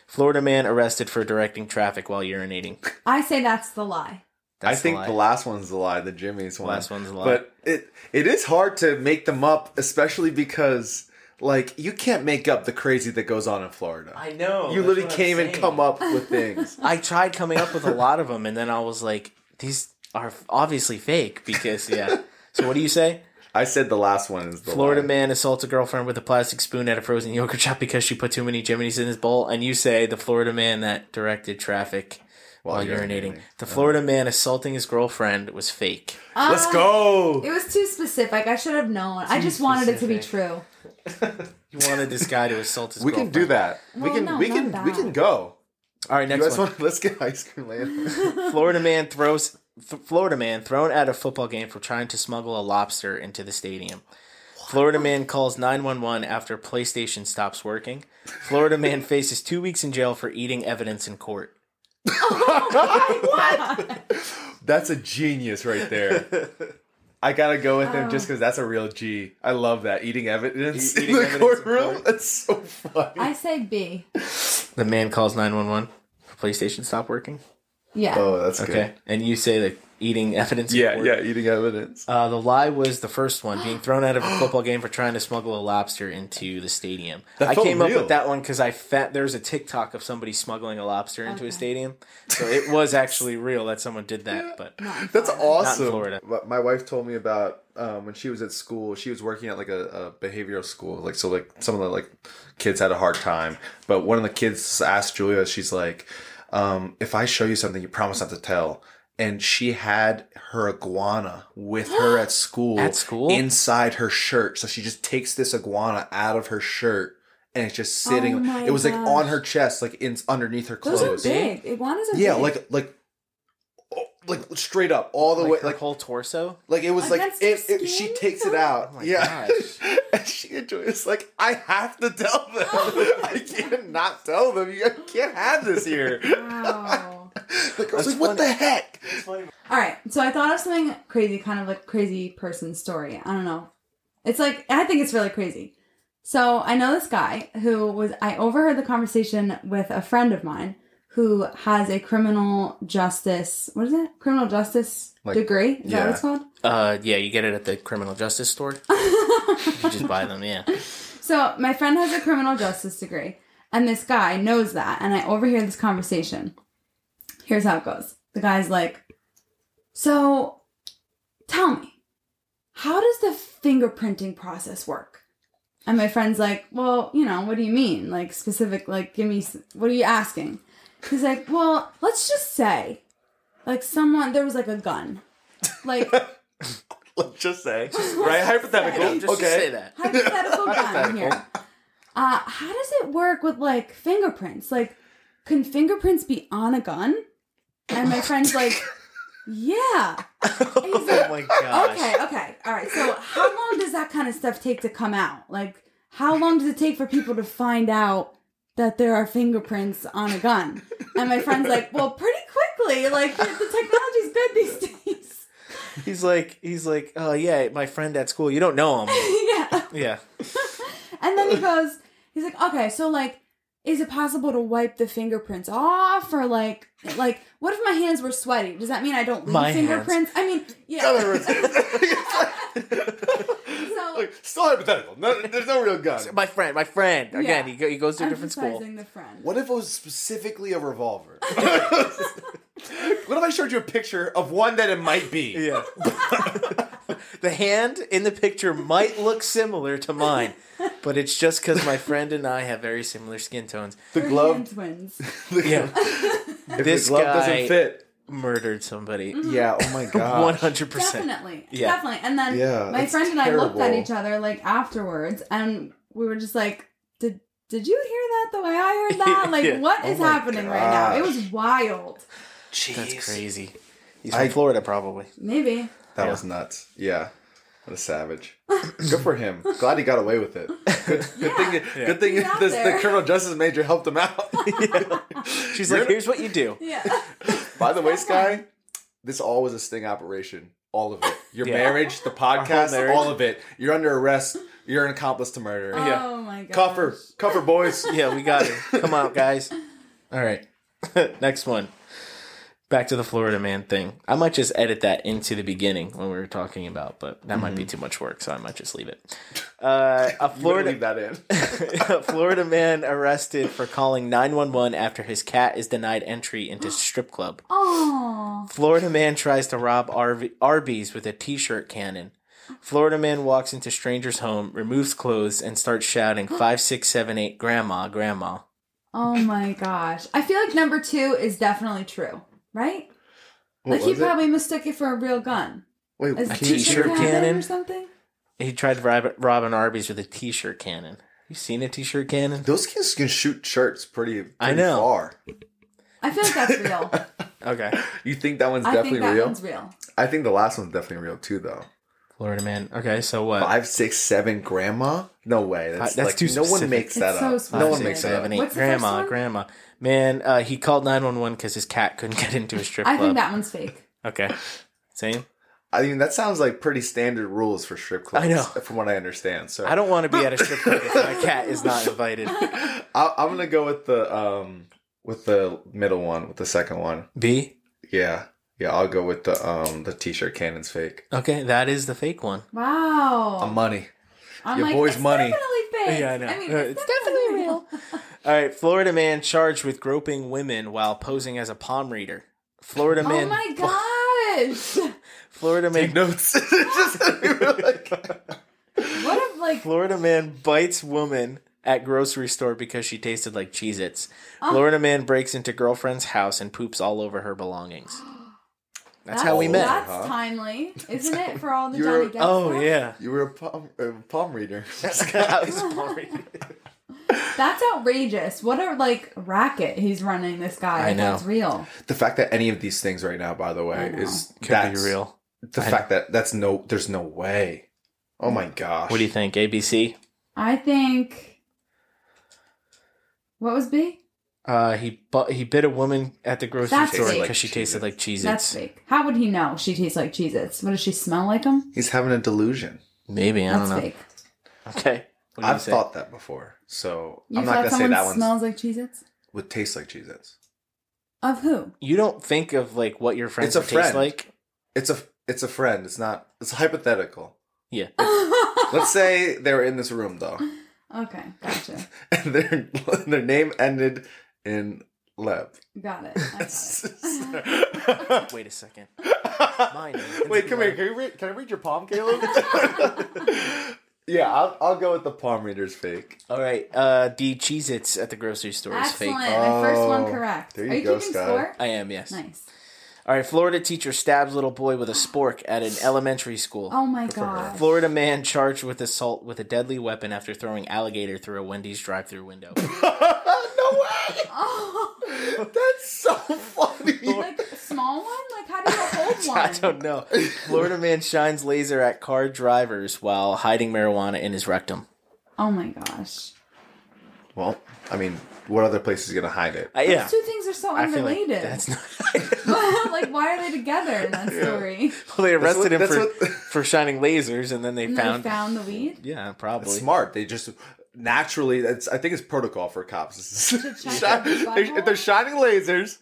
A: Florida man arrested for directing traffic while urinating.
C: I say that's the lie.
B: I
A: That's
B: think
A: the
B: the,
A: lie.
B: last one's the lie, the Jimmy's one.
A: Last one's the lie.
B: But it it is hard to make them up, especially because like you can't make up the crazy that goes on in Florida.
A: I know.
B: you literally can't even come
A: (laughs)
B: up with things.
A: I tried coming up with a lot of them, and then I was like, these are obviously fake because yeah. So what do you say?
B: I said the last one is the
A: Florida
B: lie.
A: man assaults a girlfriend with a plastic spoon at a frozen yogurt shop because she put too many jimmies in his bowl, and you say the Florida man that directed traffic while, urinating. The
B: Uh-huh.
A: Florida man assaulting his girlfriend was fake.
B: Let's
C: Ah,
B: go.
C: It was too specific. I should have known. I just wanted it to be
A: specific.
C: true. (laughs)
A: You wanted this guy to assault his
B: We can do
A: girlfriend.
B: that. we
C: Well,
B: can
C: no,
B: we
C: not
B: can we
C: that.
B: can go.
A: All right,
B: you
A: next
B: guys
A: one.
B: want let's get ice cream later.
A: Florida man throws th- Florida man thrown at a football game for trying to smuggle a lobster into the stadium. Florida man calls 911 after PlayStation stops working. Florida man faces 2 weeks in jail for eating evidence in court.
B: That's a genius right there. (laughs) I gotta go with him just because that's a real G. I love that eating evidence
A: E- eating
B: (laughs) in the
A: evidence in
B: courtroom.
A: court.
B: That's so funny.
C: I say B.
A: The man calls 911 for PlayStation stop working.
C: Yeah.
B: oh, that's
A: Okay.
B: good.
A: And you say that eating evidence in
B: Yeah,
A: court.
B: yeah, eating evidence.
A: Uh, the lie was the first one,
C: (gasps)
A: being thrown out of a football game for trying to smuggle a lobster into the stadium.
B: That
A: I
B: felt
A: came up
B: real.
A: with that one because I fa- there was a TikTok of somebody smuggling a lobster into a
C: Okay.
A: stadium, so it was actually real that someone did that. But
B: That's awesome.
A: Florida.
B: But My wife told me about um, when she was at school. She was working at like a, a behavioral school, like so, like some of the like kids had a hard time. But one of the kids asked Julia, she's like, um, "If I show you something, you promise not to tell." And she had her iguana with her at school.
A: At school?
B: inside her shirt. So she just takes this iguana out of her shirt. And it's just sitting.
C: Oh my
B: it was like on
C: gosh.
B: her chest, like in underneath her
C: Those
B: clothes.
C: are big. Iguanas are
B: Yeah,
C: big.
B: like like oh, like straight up all the
A: like,
B: way
A: her
B: like
A: whole torso.
B: like it was like
C: Against
B: it,
C: your
B: it- she
C: skin?
B: takes it out.
A: Oh my (laughs)
B: yeah.
A: gosh.
B: (laughs) and she enjoys it's like I have to tell
C: (laughs)
B: them.
C: Oh
B: I can't not tell them. You guys can't have
A: (laughs)
B: this here.
C: Wow.
B: The girl's
A: That's
B: like, what
A: funny.
B: the heck?
C: All right. So I thought of something crazy, kind of like crazy person story. I don't know. It's like I think it's really crazy. So I know this guy who was, I overheard the conversation with a friend of mine who has a criminal justice, what is it? Criminal justice
B: Like-
C: degree? Is that what
B: yeah.
C: it's called?
A: Uh, yeah, you get it at the criminal justice store.
C: (laughs)
A: you just buy them, yeah.
C: So my friend has a criminal justice degree, and this guy knows that, and I overhear this conversation. Here's how it goes. The guy's like, So tell me, how does the fingerprinting process work? And my friend's like, Well, you know, what do you mean? Like, specific, like, give me, s- what are you asking? He's like, Well, let's just say, like, someone, there was like a gun. Like,
B: (laughs) Let's just say, right? Hypothetical.
A: Just
B: okay.
A: to say that.
C: hypothetical gun here. Uh, how does it work with like fingerprints? Like, can fingerprints be on a gun? And my friend's like, yeah. And he's
A: (laughs) Oh
C: like,
A: my gosh.
C: okay, okay, all right. So, how long does that kind of stuff take to come out? Like, how long does it take for people to find out that there are fingerprints on a gun? And my friend's like, well, pretty quickly. Like, the technology's good these days. (laughs)
A: He's like, he's like, oh yeah, my friend at school. You don't know him,
C: yeah.
A: yeah.
C: And then he goes, he's like, okay, so like, is it possible to wipe the fingerprints off, or like, like, what if my hands were sweaty? Does that mean I don't leave
A: My
C: fingerprints? I mean, yeah. so
B: Like, still hypothetical. No, there's no real gun.
A: My friend, my friend. Again,
C: Yeah.
A: he, go, he
C: (laughs)
A: goes to a different school.
C: emphasizing the friend.
B: What if it was specifically a revolver? (laughs) what if I showed you a picture of one that it might be?
A: Yeah. (laughs) the hand in the picture might look similar to mine, but it's just because my friend and I have very similar skin tones.
B: The
C: They're hand
B: glove.
C: twins.
A: Yeah,
B: If
A: This
B: the glove
A: guy-
B: doesn't fit.
A: murdered somebody.
B: Yeah. Oh (laughs) my god.
A: One hundred percent.
C: Definitely,
A: Yeah.
C: definitely. And then
B: Yeah,
C: my
B: that's
C: friend and I looked at
B: terrible.
C: each other like afterwards, and we were just like, "Did did you hear that the way I heard that? Like,
A: Yeah.
C: what is
B: my
C: happening right now? It
B: gosh.
C: was wild.
A: That's crazy. He's
B: I-
A: from Florida, probably.
C: Maybe
B: That
A: Yeah.
B: was nuts. Yeah. What a savage. Good for him. Glad he got away with it. Good, good thing, good thing
C: He's out
B: this,
C: there.
B: the criminal justice major helped him out.
A: (laughs) She's like, here's what you do.
C: Yeah.
B: By the way, Sky, this all was a sting operation. All of it. Your
A: (laughs) Yeah.
B: marriage, the podcast,
A: marriage.
B: all of it. You're under arrest. You're an accomplice to murder.
A: Yeah.
C: Oh my god.
B: Cuffer. Cuffer, boys.
A: (laughs) Yeah, we got it. Come out, guys. (laughs) All right. Next one. Back to the Florida man thing. I might just edit that into the beginning when we were talking about, but that might be too much work, so I might just leave
B: (laughs)
A: it. Uh, a
B: Mm-hmm.
A: Florida
B: You better leave that in.
A: a (laughs) Florida man arrested for calling 911 after his cat is denied entry into strip club.
C: Oh.
A: Florida man tries to rob RV- Arby's with a t-shirt cannon. Florida man walks into stranger's home, removes clothes, and starts shouting five, six, seven, eight, grandma, grandma.
C: Oh my gosh. I feel like number two is definitely true, right?
B: What
C: like he
B: was it?
C: probably mistook it for a real gun.
B: Wait,
C: As
A: A
C: a
A: t-shirt
C: t-shirt cannon,
A: cannon?
C: or something?
A: He tried to rob, rob an Arby's with a t-shirt cannon. You seen a t-shirt cannon?
B: those kids can shoot shirts pretty, pretty
A: I know.
B: far.
C: I feel like
A: (laughs)
C: that's real.
A: Okay.
B: You think that one's
C: I think
B: definitely
C: that
B: real?
C: one's real.
B: I think the last one's definitely real too, though.
A: Florida man. Okay, so what?
B: Five, six, seven, grandma? No way. That's,
A: that's
B: like,
A: too
B: No
A: specific.
B: one makes that
C: It's so
B: up.
C: specific.
B: no
A: Five,
B: one
A: six,
B: makes that
A: seven,
B: up.
A: eight.
C: What's the first
A: grandma,
C: one?
A: grandma. Man, uh, he called 911 because his cat couldn't get into a strip
C: I
A: club.
C: think that one's fake.
A: Okay. Same?
B: I mean, that sounds like pretty standard rules for strip clubs.
A: I know.
B: from what I understand. So
A: I don't want to be at a strip club if my cat is not invited.
B: (laughs) I, I'm gonna go with the um with the middle one, with the second one.
A: (laughs) B?
B: Yeah, yeah. I'll go with the um the t-shirt cannon's fake.
A: Okay, that is the fake one.
C: Wow.
A: Oh. Um,
B: Uh, money.
C: I'm
B: your
C: like,
B: boy's
C: it's
B: money.
C: definitely fake.
A: Yeah, I know.
C: I mean,
A: Uh,
C: it's,
A: it's
C: definitely real.
A: All right, Florida man charged with groping women while posing as a palm reader. Florida
C: Oh
A: man.
C: my gosh. (laughs)
A: Florida man.
B: (laughs) Notes. Just- we were like-
C: what if, like,
A: Florida man bites woman at grocery store because she tasted like Cheez Its.
C: oh,
A: Florida man breaks into girlfriend's house and poops all over her belongings. That's, how we met.
C: That's
B: Huh?
C: timely, isn't it? For all the
B: You were-
C: Johnny Depp
A: Oh (laughs)
C: stuff?
A: yeah.
B: you were a palm, a palm reader. (laughs)
A: I was sorry.
C: That's outrageous. What a like racket he's running this guy.
A: I
C: if
A: know.
C: That's real.
B: the fact that any of these things right now, by the way,
C: know.
B: is
A: Could
B: that's
A: Oh, be real.
B: The
A: I
B: fact that that's no, there's no way. Oh my gosh.
A: What do you think? ABC.
C: I think what was B?
A: Uh, he bu- he bit a woman at the grocery
C: That's
A: store
C: fake.
A: because she tasted like Cheez
C: That's
A: Its.
C: fake. How would he know she tastes like Cheez Its? What does she smell like them?
B: He's having a delusion.
A: Maybe I don't
C: That's
A: know.
C: fake.
A: Okay. What do you
B: I've
A: say?
B: thought that before, so
C: You
B: I'm not
C: thought
B: gonna say
C: someone
B: that one
C: smells like Cheez-Its?
B: would taste like Cheez-Its.
C: Of who?
A: you don't think of like what your friends
B: It's a
A: would taste
B: friend.
A: like.
B: It's a it's a friend. It's not. It's hypothetical.
A: Yeah,
B: Let's say they were in this room though,
C: (laughs) okay, gotcha.
B: and their (laughs) their name ended in Leb.
C: Got it. I
A: (laughs)
C: got it.
A: wait a second.
B: Mine. Wait, come here. Can, you read, can I read your palm, Caleb? (laughs) yeah, I'll, I'll go with the palm reader's fake. (laughs)
A: All right, uh, the Cheez Its at the grocery store is
C: Excellent.
A: fake.
C: My first one
B: Oh,
C: correct.
B: there
C: Are
B: you
C: you
B: go,
C: keeping
B: Sky.
C: score?
A: I am, yes.
C: Nice.
A: All right, Florida teacher stabs little boy with a spork at an elementary school.
C: Oh my god.
A: Florida man charged with assault with a deadly weapon after throwing alligator through a Wendy's drive-through window.
B: no way!
C: (laughs) Oh,
B: That's so
C: (laughs)
B: funny.
C: like small one? Like
A: (laughs)
C: how do you hold one?
A: I don't know. Florida man shines laser at car drivers while hiding marijuana in his rectum.
C: Oh my gosh.
B: Well, I mean, what other place is going to hide it?
A: Uh, yeah,
C: Those two things are so
A: I feel like
C: unrelated.
A: that's
C: (laughs)
B: (laughs)
A: not.
C: like why are they together
A: (laughs)
C: in that
A: well, they
C: story?
B: That's what-
A: arrested
B: that's
A: him for,
B: what-
A: for shining lasers, and then they
C: And
A: found.
C: they found the weed?
A: yeah, probably.
B: Smart. They just naturally. That's I think it's protocol for cops. (laughs)
C: (laughs) check
B: Shi-
C: the
B: they- if they're
C: butthole?
B: shining
C: (laughs)
B: lasers,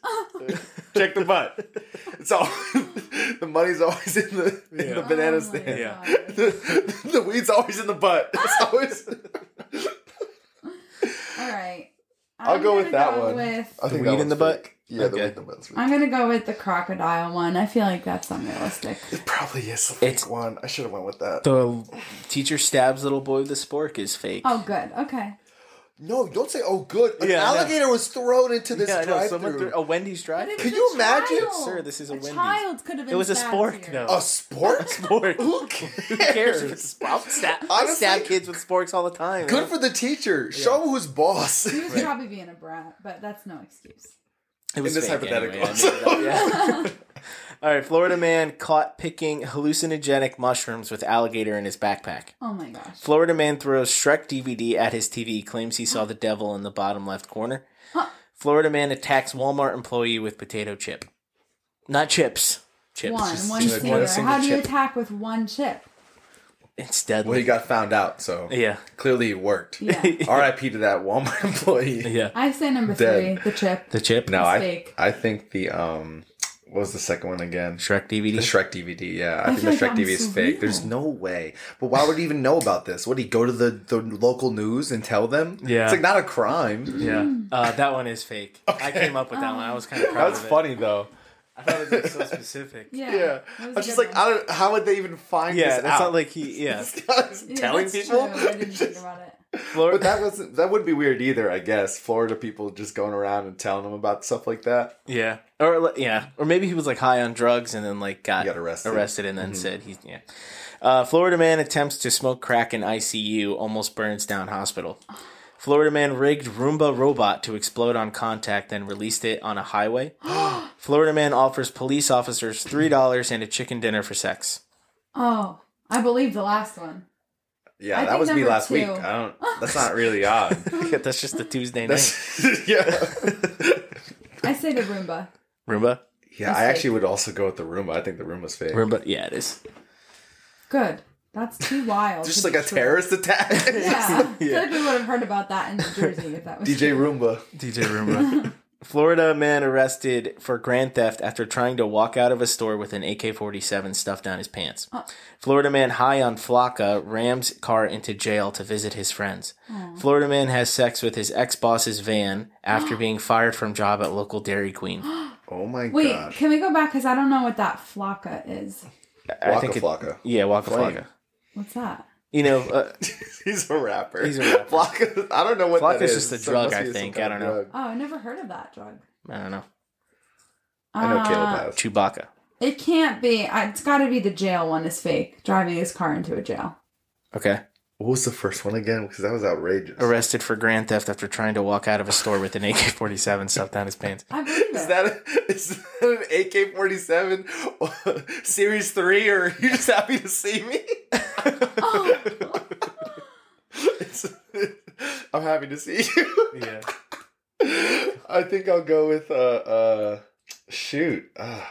B: check the butt. It's all (laughs) the money's always in the in the banana
C: Oh my
B: stand.
A: Yeah.
C: God.
B: the, the weed's always in the butt. (laughs) It's
C: (laughs)
B: always.
C: All right.
B: (laughs) I'll
C: I'm
B: go with
C: gonna
B: that
C: go
B: one.
C: with-
B: I think
A: weed
B: that
A: in the
B: one's
A: butt?
B: fake. Yeah, the
A: Okay.
B: weed in the butt's fake.
C: I'm gonna go with the crocodile one. I feel like that's unrealistic.
B: It probably is.
A: It's-
B: It's one. I should have went with that.
A: The teacher stabs little boy with a spork is fake.
C: Oh, good. Okay.
B: No, don't say. Oh, good. An
A: Yeah, I know.
B: alligator was thrown into this
A: yeah, I know.
B: drive-through.
A: Someone threw a Wendy's drive.
C: But it
B: Could
C: was
B: you
C: a
B: imagine?
C: child.
A: Sir, this is a Wendy's.
C: child could have been.
A: It was a
C: stabbed
A: spork,
C: here.
A: though. (laughs)
B: a sport.
A: (laughs) Spork.
B: Who cares?
A: Who cares if it's a spork? I'll stab- I
B: Honestly,
A: stab kids with sporks all the time.
B: Good
A: man.
B: for the teacher. Show him who's boss.
C: He was probably being a brat, but that's no excuse.
A: It was
B: In this
A: fake
B: hypothetical. (laughs)
A: anyway, I made it up, yeah. (laughs) All right, Florida man caught picking hallucinogenic mushrooms with alligator in his backpack.
C: Oh my gosh.
A: Florida man throws Shrek DVD at his TV, claims he saw the devil in the bottom left corner. Florida man attacks Walmart employee with potato chip. Not chips. Chips.
C: One, one
B: just one
C: singular.
B: single
C: How do you
B: chip.
C: attack with
A: (laughs)
C: one chip?
A: It's
B: Well, he
A: deadly.
B: got found out, so
A: yeah.
B: clearly it worked.
C: Yeah.
B: R.I.P. to that Walmart (laughs) employee.
A: Yeah.
C: I say number
B: Dead.
C: three,
B: (laughs)
C: the chip.
A: The chip?
B: No, I
C: Mistake.
B: I think the um, what was the second one again?
A: Shrek DVD.
B: The Shrek DVD, yeah. I,
C: I
B: think
C: feel
B: the
C: like
B: Shrek
C: that
B: DVD
C: one's
B: is
C: so
B: fake.
C: real.
B: There's no way. But why would he even know about this? Would he go to the, the local news and tell them?
A: Yeah.
B: It's like not a crime.
A: yeah.
C: Hmm.
A: Uh, that one is fake. I came up with that one. I was kind of proud of it.
B: though.
A: I thought it was so specific.
C: Yeah.
B: Yeah.
C: that
B: I
C: was a
B: was just
C: good
B: like,
C: one.
B: I don't how would they even find
A: Yeah,
B: this
A: that's
B: out?
A: not
B: (laughs)
A: like he. Yeah.
B: This guy's
C: Yeah,
B: telling
C: that's
B: people.
C: True. I didn't
B: (laughs)
C: think about it.
B: But
A: Florida.
B: that wasn't that wouldn't be weird either, I guess. Florida people just going around and telling them about stuff like that.
A: Yeah, or like, yeah, or maybe he was like high on drugs and then like got,
B: He got arrested. Mm-hmm.
A: and then said he's yeah. Uh, Florida man attempts to smoke crack in ICU, almost burns down hospital. Florida man rigged Roomba robot to explode on contact, then released it on a
B: (gasps)
A: highway. Florida man offers police officers three dollars and a chicken dinner for sex. (laughs)
C: Oh, I believe the last one.
B: Yeah,
C: I
B: that
C: think
B: was me
C: number
B: last
C: two.
B: week. I don't that's not really
C: (laughs)
B: odd. (laughs)
A: That's just the Tuesday night
B: That's yeah.
C: I say the Roomba.
A: Roomba.
B: Yeah, I actually would also go with the Roomba. I think the Roomba's fake.
A: Roomba. Yeah, it is.
C: Good. That's too wild.
B: Just
C: to
B: like
C: be
B: a
C: true.
B: terrorist attack. (laughs)
C: Yeah. I feel like we would have heard about that in New Jersey if that was
B: DJ Roomba.
A: DJ Roomba. (laughs) Florida man arrested for grand theft after trying to walk out of a store with an AK 47 stuffed down his pants. Florida man high on Flocka rams car into jail to visit his friends. Florida man has sex with his ex boss's van after being fired from job at local Dairy Queen.
B: Oh my
C: Wait,
B: god.
C: can we go back? Because I don't know what that flocka is.
A: I
B: Waka
A: think it-
B: Flocka. (laughs)
A: Yeah, Waka
B: Flame.
A: Flocka.
C: What's that?
A: You know, uh, (laughs)
B: He's a rapper.
A: He's a rapper.
B: Flocka, I don't know what that
A: Flocka's
B: is.
A: just a
B: it must
A: drug, I
B: be some
A: think.
B: kind
A: I
B: of
A: don't know.
B: drug.
C: Oh, I never heard of that drug.
A: I don't know.
B: I know Caleb
C: Uh,
B: has.
A: Chewbacca.
C: It can't be. I- It's got to be the jail one is fake. Driving his car into a jail.
A: Okay.
B: What was the first one again? Because that was outrageous.
A: Arrested for grand theft after trying to walk out of a store with an AK 47 stuffed down his pants.
C: I believe
B: (laughs) Is
C: it.
B: that, a, is that an AK 47 (laughs) Series 3 or are you just happy to see (laughs) me? It's- I'm happy to see you.
A: Yeah.
B: I think I'll go Ah, with, uh, uh shoot. Uh,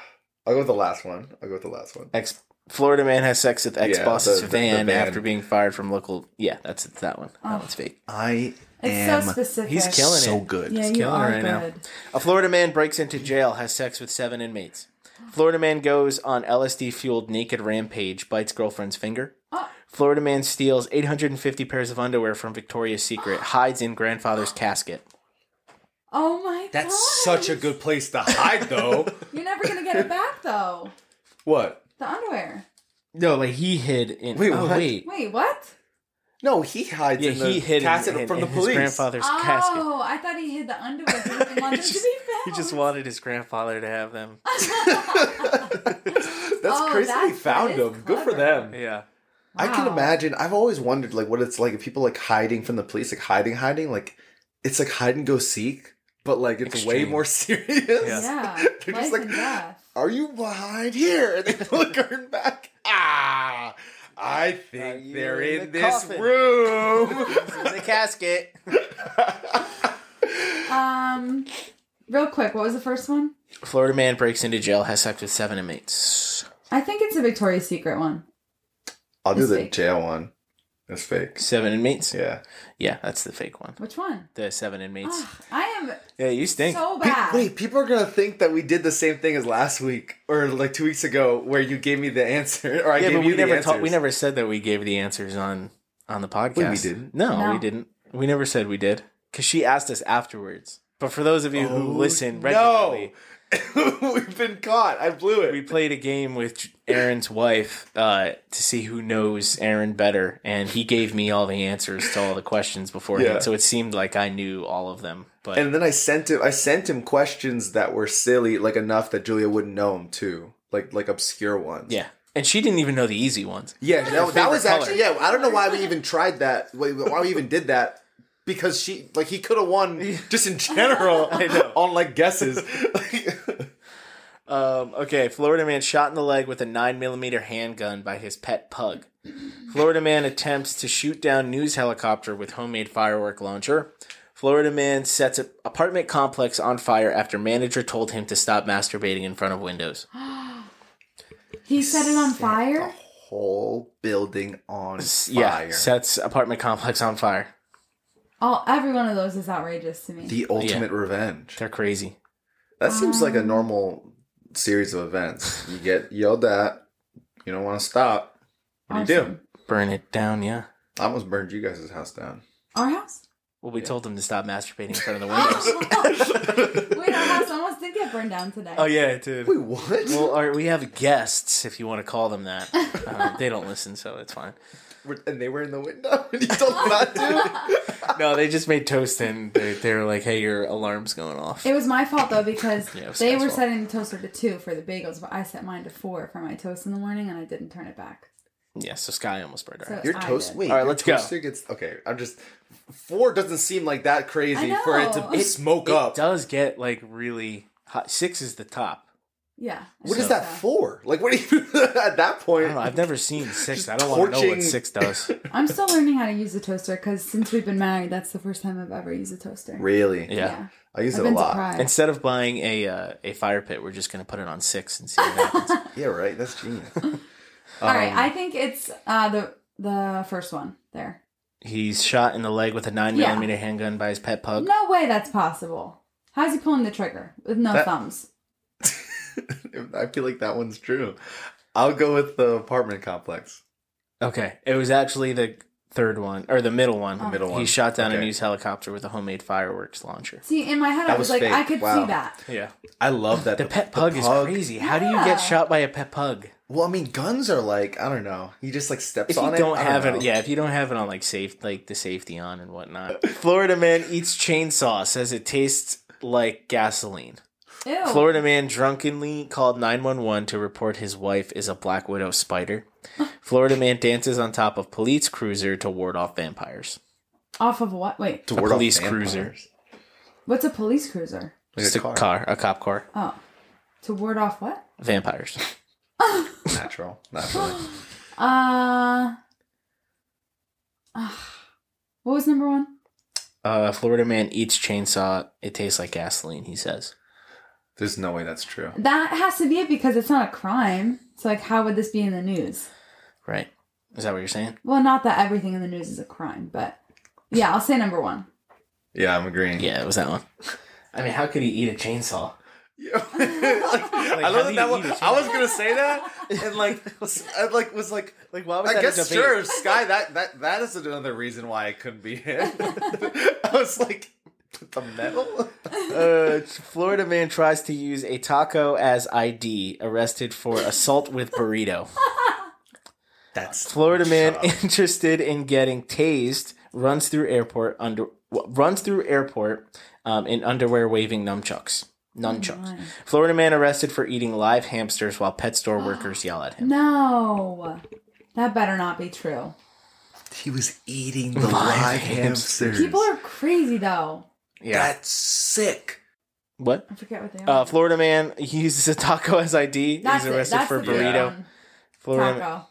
B: I'll go with the last one. I'll go with the last one.
A: Ex Florida man has sex with ex boss's
B: the- the- the
A: van,
B: van.
A: after being fired from local. Yeah, that's it's that one. That one's fake.
B: I
C: It's
B: am
C: so specific.
A: He's killing
B: so
A: it.
B: good.
C: Yeah, you
A: killing it
C: are
A: right now.
C: good.
A: A Florida man breaks into jail, has sex with seven inmates. Florida man goes on LSD fueled naked rampage, bites girlfriend's finger.
C: Oh.
A: Florida man steals 850 pairs of underwear from Victoria's Secret, hides in grandfather's casket.
C: Oh my god.
B: That's such a good place to hide, though.
C: You're never gonna get it back though.
B: (laughs) what?
C: The underwear.
A: No, like he hid in.
B: Wait,
A: oh,
B: what?
A: wait.
C: Wait, what?
B: No, he hides
A: Yeah,
B: in the
A: he hid
B: casket
A: in, in-
B: from
A: in
B: the police.
A: his grandfather's
C: oh,
A: casket.
C: I thought he hid the underwear. 'cause He
A: (laughs)
C: didn't want
A: He
C: them to
A: just-
C: be found.
A: He just wanted his grandfather to have them.
B: (laughs) That's
C: Oh,
B: crazy. They
C: that's-
B: found
C: that is
B: him. Good for
C: clever.
B: them.
A: Yeah.
B: I can
C: Wow.
B: imagine. I've always wondered, like, what it's like if people like hiding from the police, like hiding, hiding. Like, it's like hide and go seek, but like it's way
A: Extreme.
B: more (laughs) serious.
C: Yeah.
B: They're
C: Life
B: just like,
C: and death.
B: "Are you behind here?" And they look her back. Ah, I
A: Are
B: think
A: you
B: they're
A: in
B: in,
A: the
B: this
A: coffin?" (laughs)
B: room. (laughs)
A: the casket.
C: Um, real quick, what was the first one?
A: Florida man breaks into jail, has sex with seven inmates.
C: I think it's a Victoria's Secret one.
B: I'll do
C: It's
B: the
C: fake.
B: jail one. It's fake.
A: Seven inmates?
B: Yeah.
A: Yeah, that's the fake one.
C: Which one?
A: The seven inmates.
C: Ugh, I am
A: yeah, you stink.
C: Ah. so
B: Pe-
C: bad.
B: wait, people are gonna think that we did the same thing as last week or like two weeks ago, where you gave me the answer or I
A: yeah,
B: gave
A: but
B: you
A: we
B: the
A: never
B: answer.
A: ta- we never said that we gave the answers on on the podcast.
B: Wait, we didn't?
A: No,
C: No.
A: we didn't. We never said we did because she asked us afterwards. But for those of you
B: Oh,
A: who listen
B: no.
A: regularly,
B: (laughs) We've been caught. I blew it.
A: we played a game with Aaron's wife uh, to see who knows Aaron better, and he gave me all the answers to all the questions beforehand.
B: Yeah.
A: So it seemed like I knew all of them. But
B: and then I sent him. I sent him questions that were silly, like enough that Julia wouldn't know him too, like like obscure ones.
A: yeah, and she didn't even know the easy ones.
B: yeah. That, that was
A: favorite
B: actually yeah. I don't know why we even tried that. Why why we even did that? Because she like he could have
A: (laughs)
B: won just in general on like guesses.
A: Um, okay, Florida man shot in the leg with a 9mm handgun by his pet pug. Florida man attempts to shoot down news helicopter with homemade firework launcher. Florida man sets a apartment complex on fire after manager told him to stop masturbating in front of windows.
C: he set it on
B: The
C: fire.
B: whole building on
A: Yeah,
B: fire.
A: sets apartment complex on fire.
C: Oh, every one of those is outrageous to me.
B: the ultimate revenge.
A: They're crazy.
B: That seems
C: Um.
B: like a normal series of events. You get yelled at. You don't want to stop. What do you do?
C: Awesome.
A: Burn it down, yeah.
B: I almost burned you guys' house
C: (laughs)
B: down.
C: Our house.
A: (laughs)
C: Oh,
A: Well, we told him to stop masturbating in front of the windows.
B: (laughs)
C: (laughs) Wait, our house almost did get burned down today.
A: oh, yeah, it did.
B: Wait, what?
A: Well, our, we have guests, if you want to call them that. Um, they don't listen, so it's fine.
B: (laughs) and they were in the window. (laughs) And you told them not
C: (laughs)
B: to.
A: No, they just made toast and they, they were like, hey, your alarm's going off.
C: It was my fault though because
A: (laughs) Yeah, it was
C: they
A: Scott's
C: were
A: fault.
C: setting the toaster to two for the bagels, but I set mine to four for my toast in the morning, and I didn't turn it back.
A: Yeah, so Sky almost burned her.
C: So
A: house.
B: Your
C: I
B: toast.
C: did.
B: Wait,
A: All right,
B: your
A: let's go.
B: toaster Gets, okay, I'm just. Four doesn't seem like that crazy
C: I
B: for it
C: know.
B: to
C: It-
B: (laughs) smoke
A: it
B: up.
A: does get like really hot. Six is the top.
C: Yeah. I
B: What is
C: did
B: that for? Like, what do you (laughs) at that
A: I
B: point?
A: don't know. I've never seen six.
B: Just
A: I don't want to know what
B: torching-
A: six (laughs) does.
C: I'm
B: (laughs)
C: still learning how to use a toaster because since we've been married, that's the first time I've ever used a toaster.
B: Really,
A: Yeah.
B: I use it
C: I've
B: a
C: been
B: lot.
C: surprised.
A: Instead of buying a uh, a fire pit, we're just going to put it on six and see what
C: (laughs)
A: happens.
B: Yeah, right. That's genius. (laughs)
C: All right,
B: Um,
C: I think it's uh, the the first one there.
A: He's shot in the leg with a nine
C: Yeah.
A: millimeter handgun by his pet
B: Uh,
A: pug.
C: No way that's possible. How's he pulling the trigger with no
B: That-
C: thumbs?
B: I feel like that one's true. I'll go with the apartment complex.
A: Okay, it was actually the third one or the middle one.
C: The Oh. middle
A: He
B: one.
A: shot down a
B: Okay.
A: news helicopter with a homemade fireworks launcher.
C: See, in my head, I
B: That
C: was,
B: was
C: like,
B: fake.
C: I could
B: Wow.
C: see that.
A: Yeah,
B: I love that.
A: the pet pug is crazy. How do you
C: Yeah.
A: get shot by a pet pug?
B: Well, I mean, guns are like I don't know. He just like steps
A: if
B: on
A: you
B: it.
A: don't
B: I
A: have
B: know.
A: it, yeah, if you don't have it on like safe, like the safety on and whatnot. (laughs) Florida man eats chainsaw, says it tastes like gasoline.
C: Ew.
A: Florida man drunkenly called 911 to report his wife is a black widow spider. Florida man dances on top of police cruiser to ward off vampires.
C: Off of what? Wait,
B: To
A: A
B: ward off
A: police
B: vampires.
A: cruiser.
C: what's a police cruiser?
B: Like
A: Just a car. a cop car.
C: Oh, to ward off what?
A: (laughs) Vampires.
B: Natural, naturally.
A: (laughs)
C: (gasps) Uh, ah, what was number one?
A: Uh, Florida man eats chainsaw. It tastes like gasoline, he says.
B: There's no way that's true.
C: That has to be it because it's not a crime. So like, how would this be in the news?
A: Right. Is that what you're saying?
C: Well, not that everything in the news is a crime, but yeah, I'll say number one.
B: Yeah, I'm agreeing. (laughs)
A: Yeah, it was that one. (laughs) I mean, how could he eat a chainsaw?
B: I
A: how
B: love
A: do
B: that,
A: you
B: that one.
A: eat a
B: I was gonna
A: (laughs)
B: say that, and like, was- I like was like,
A: Like, why was
B: I
A: that a
B: guess
A: debate? (laughs)
B: sure, Sky. That that that is another reason why I couldn't be in. (laughs) I was like, the metal.
A: Uh, Florida man tries to use a taco as ID, arrested for assault with burrito.
B: That's
A: Florida man
B: Shut
A: interested in getting tased runs through airport under w- runs through airport um, in underwear waving nunchucks. Nunchucks.
C: my.
A: Florida man arrested for eating live hamsters while pet
C: (gasps)
A: store workers yell at him.
C: No, that better not be true.
B: he was eating the
A: live
B: live
A: hamsters.
B: hamsters.
C: People are crazy though.
A: Yeah.
B: That's sick.
A: What?
C: I forget what they are.
A: Uh, Florida man uses a taco as ID.
C: That's
A: He's
C: it.
A: arrested
C: That's
A: for
C: the
B: big
A: burrito.
C: one.
A: Florida
C: Taco.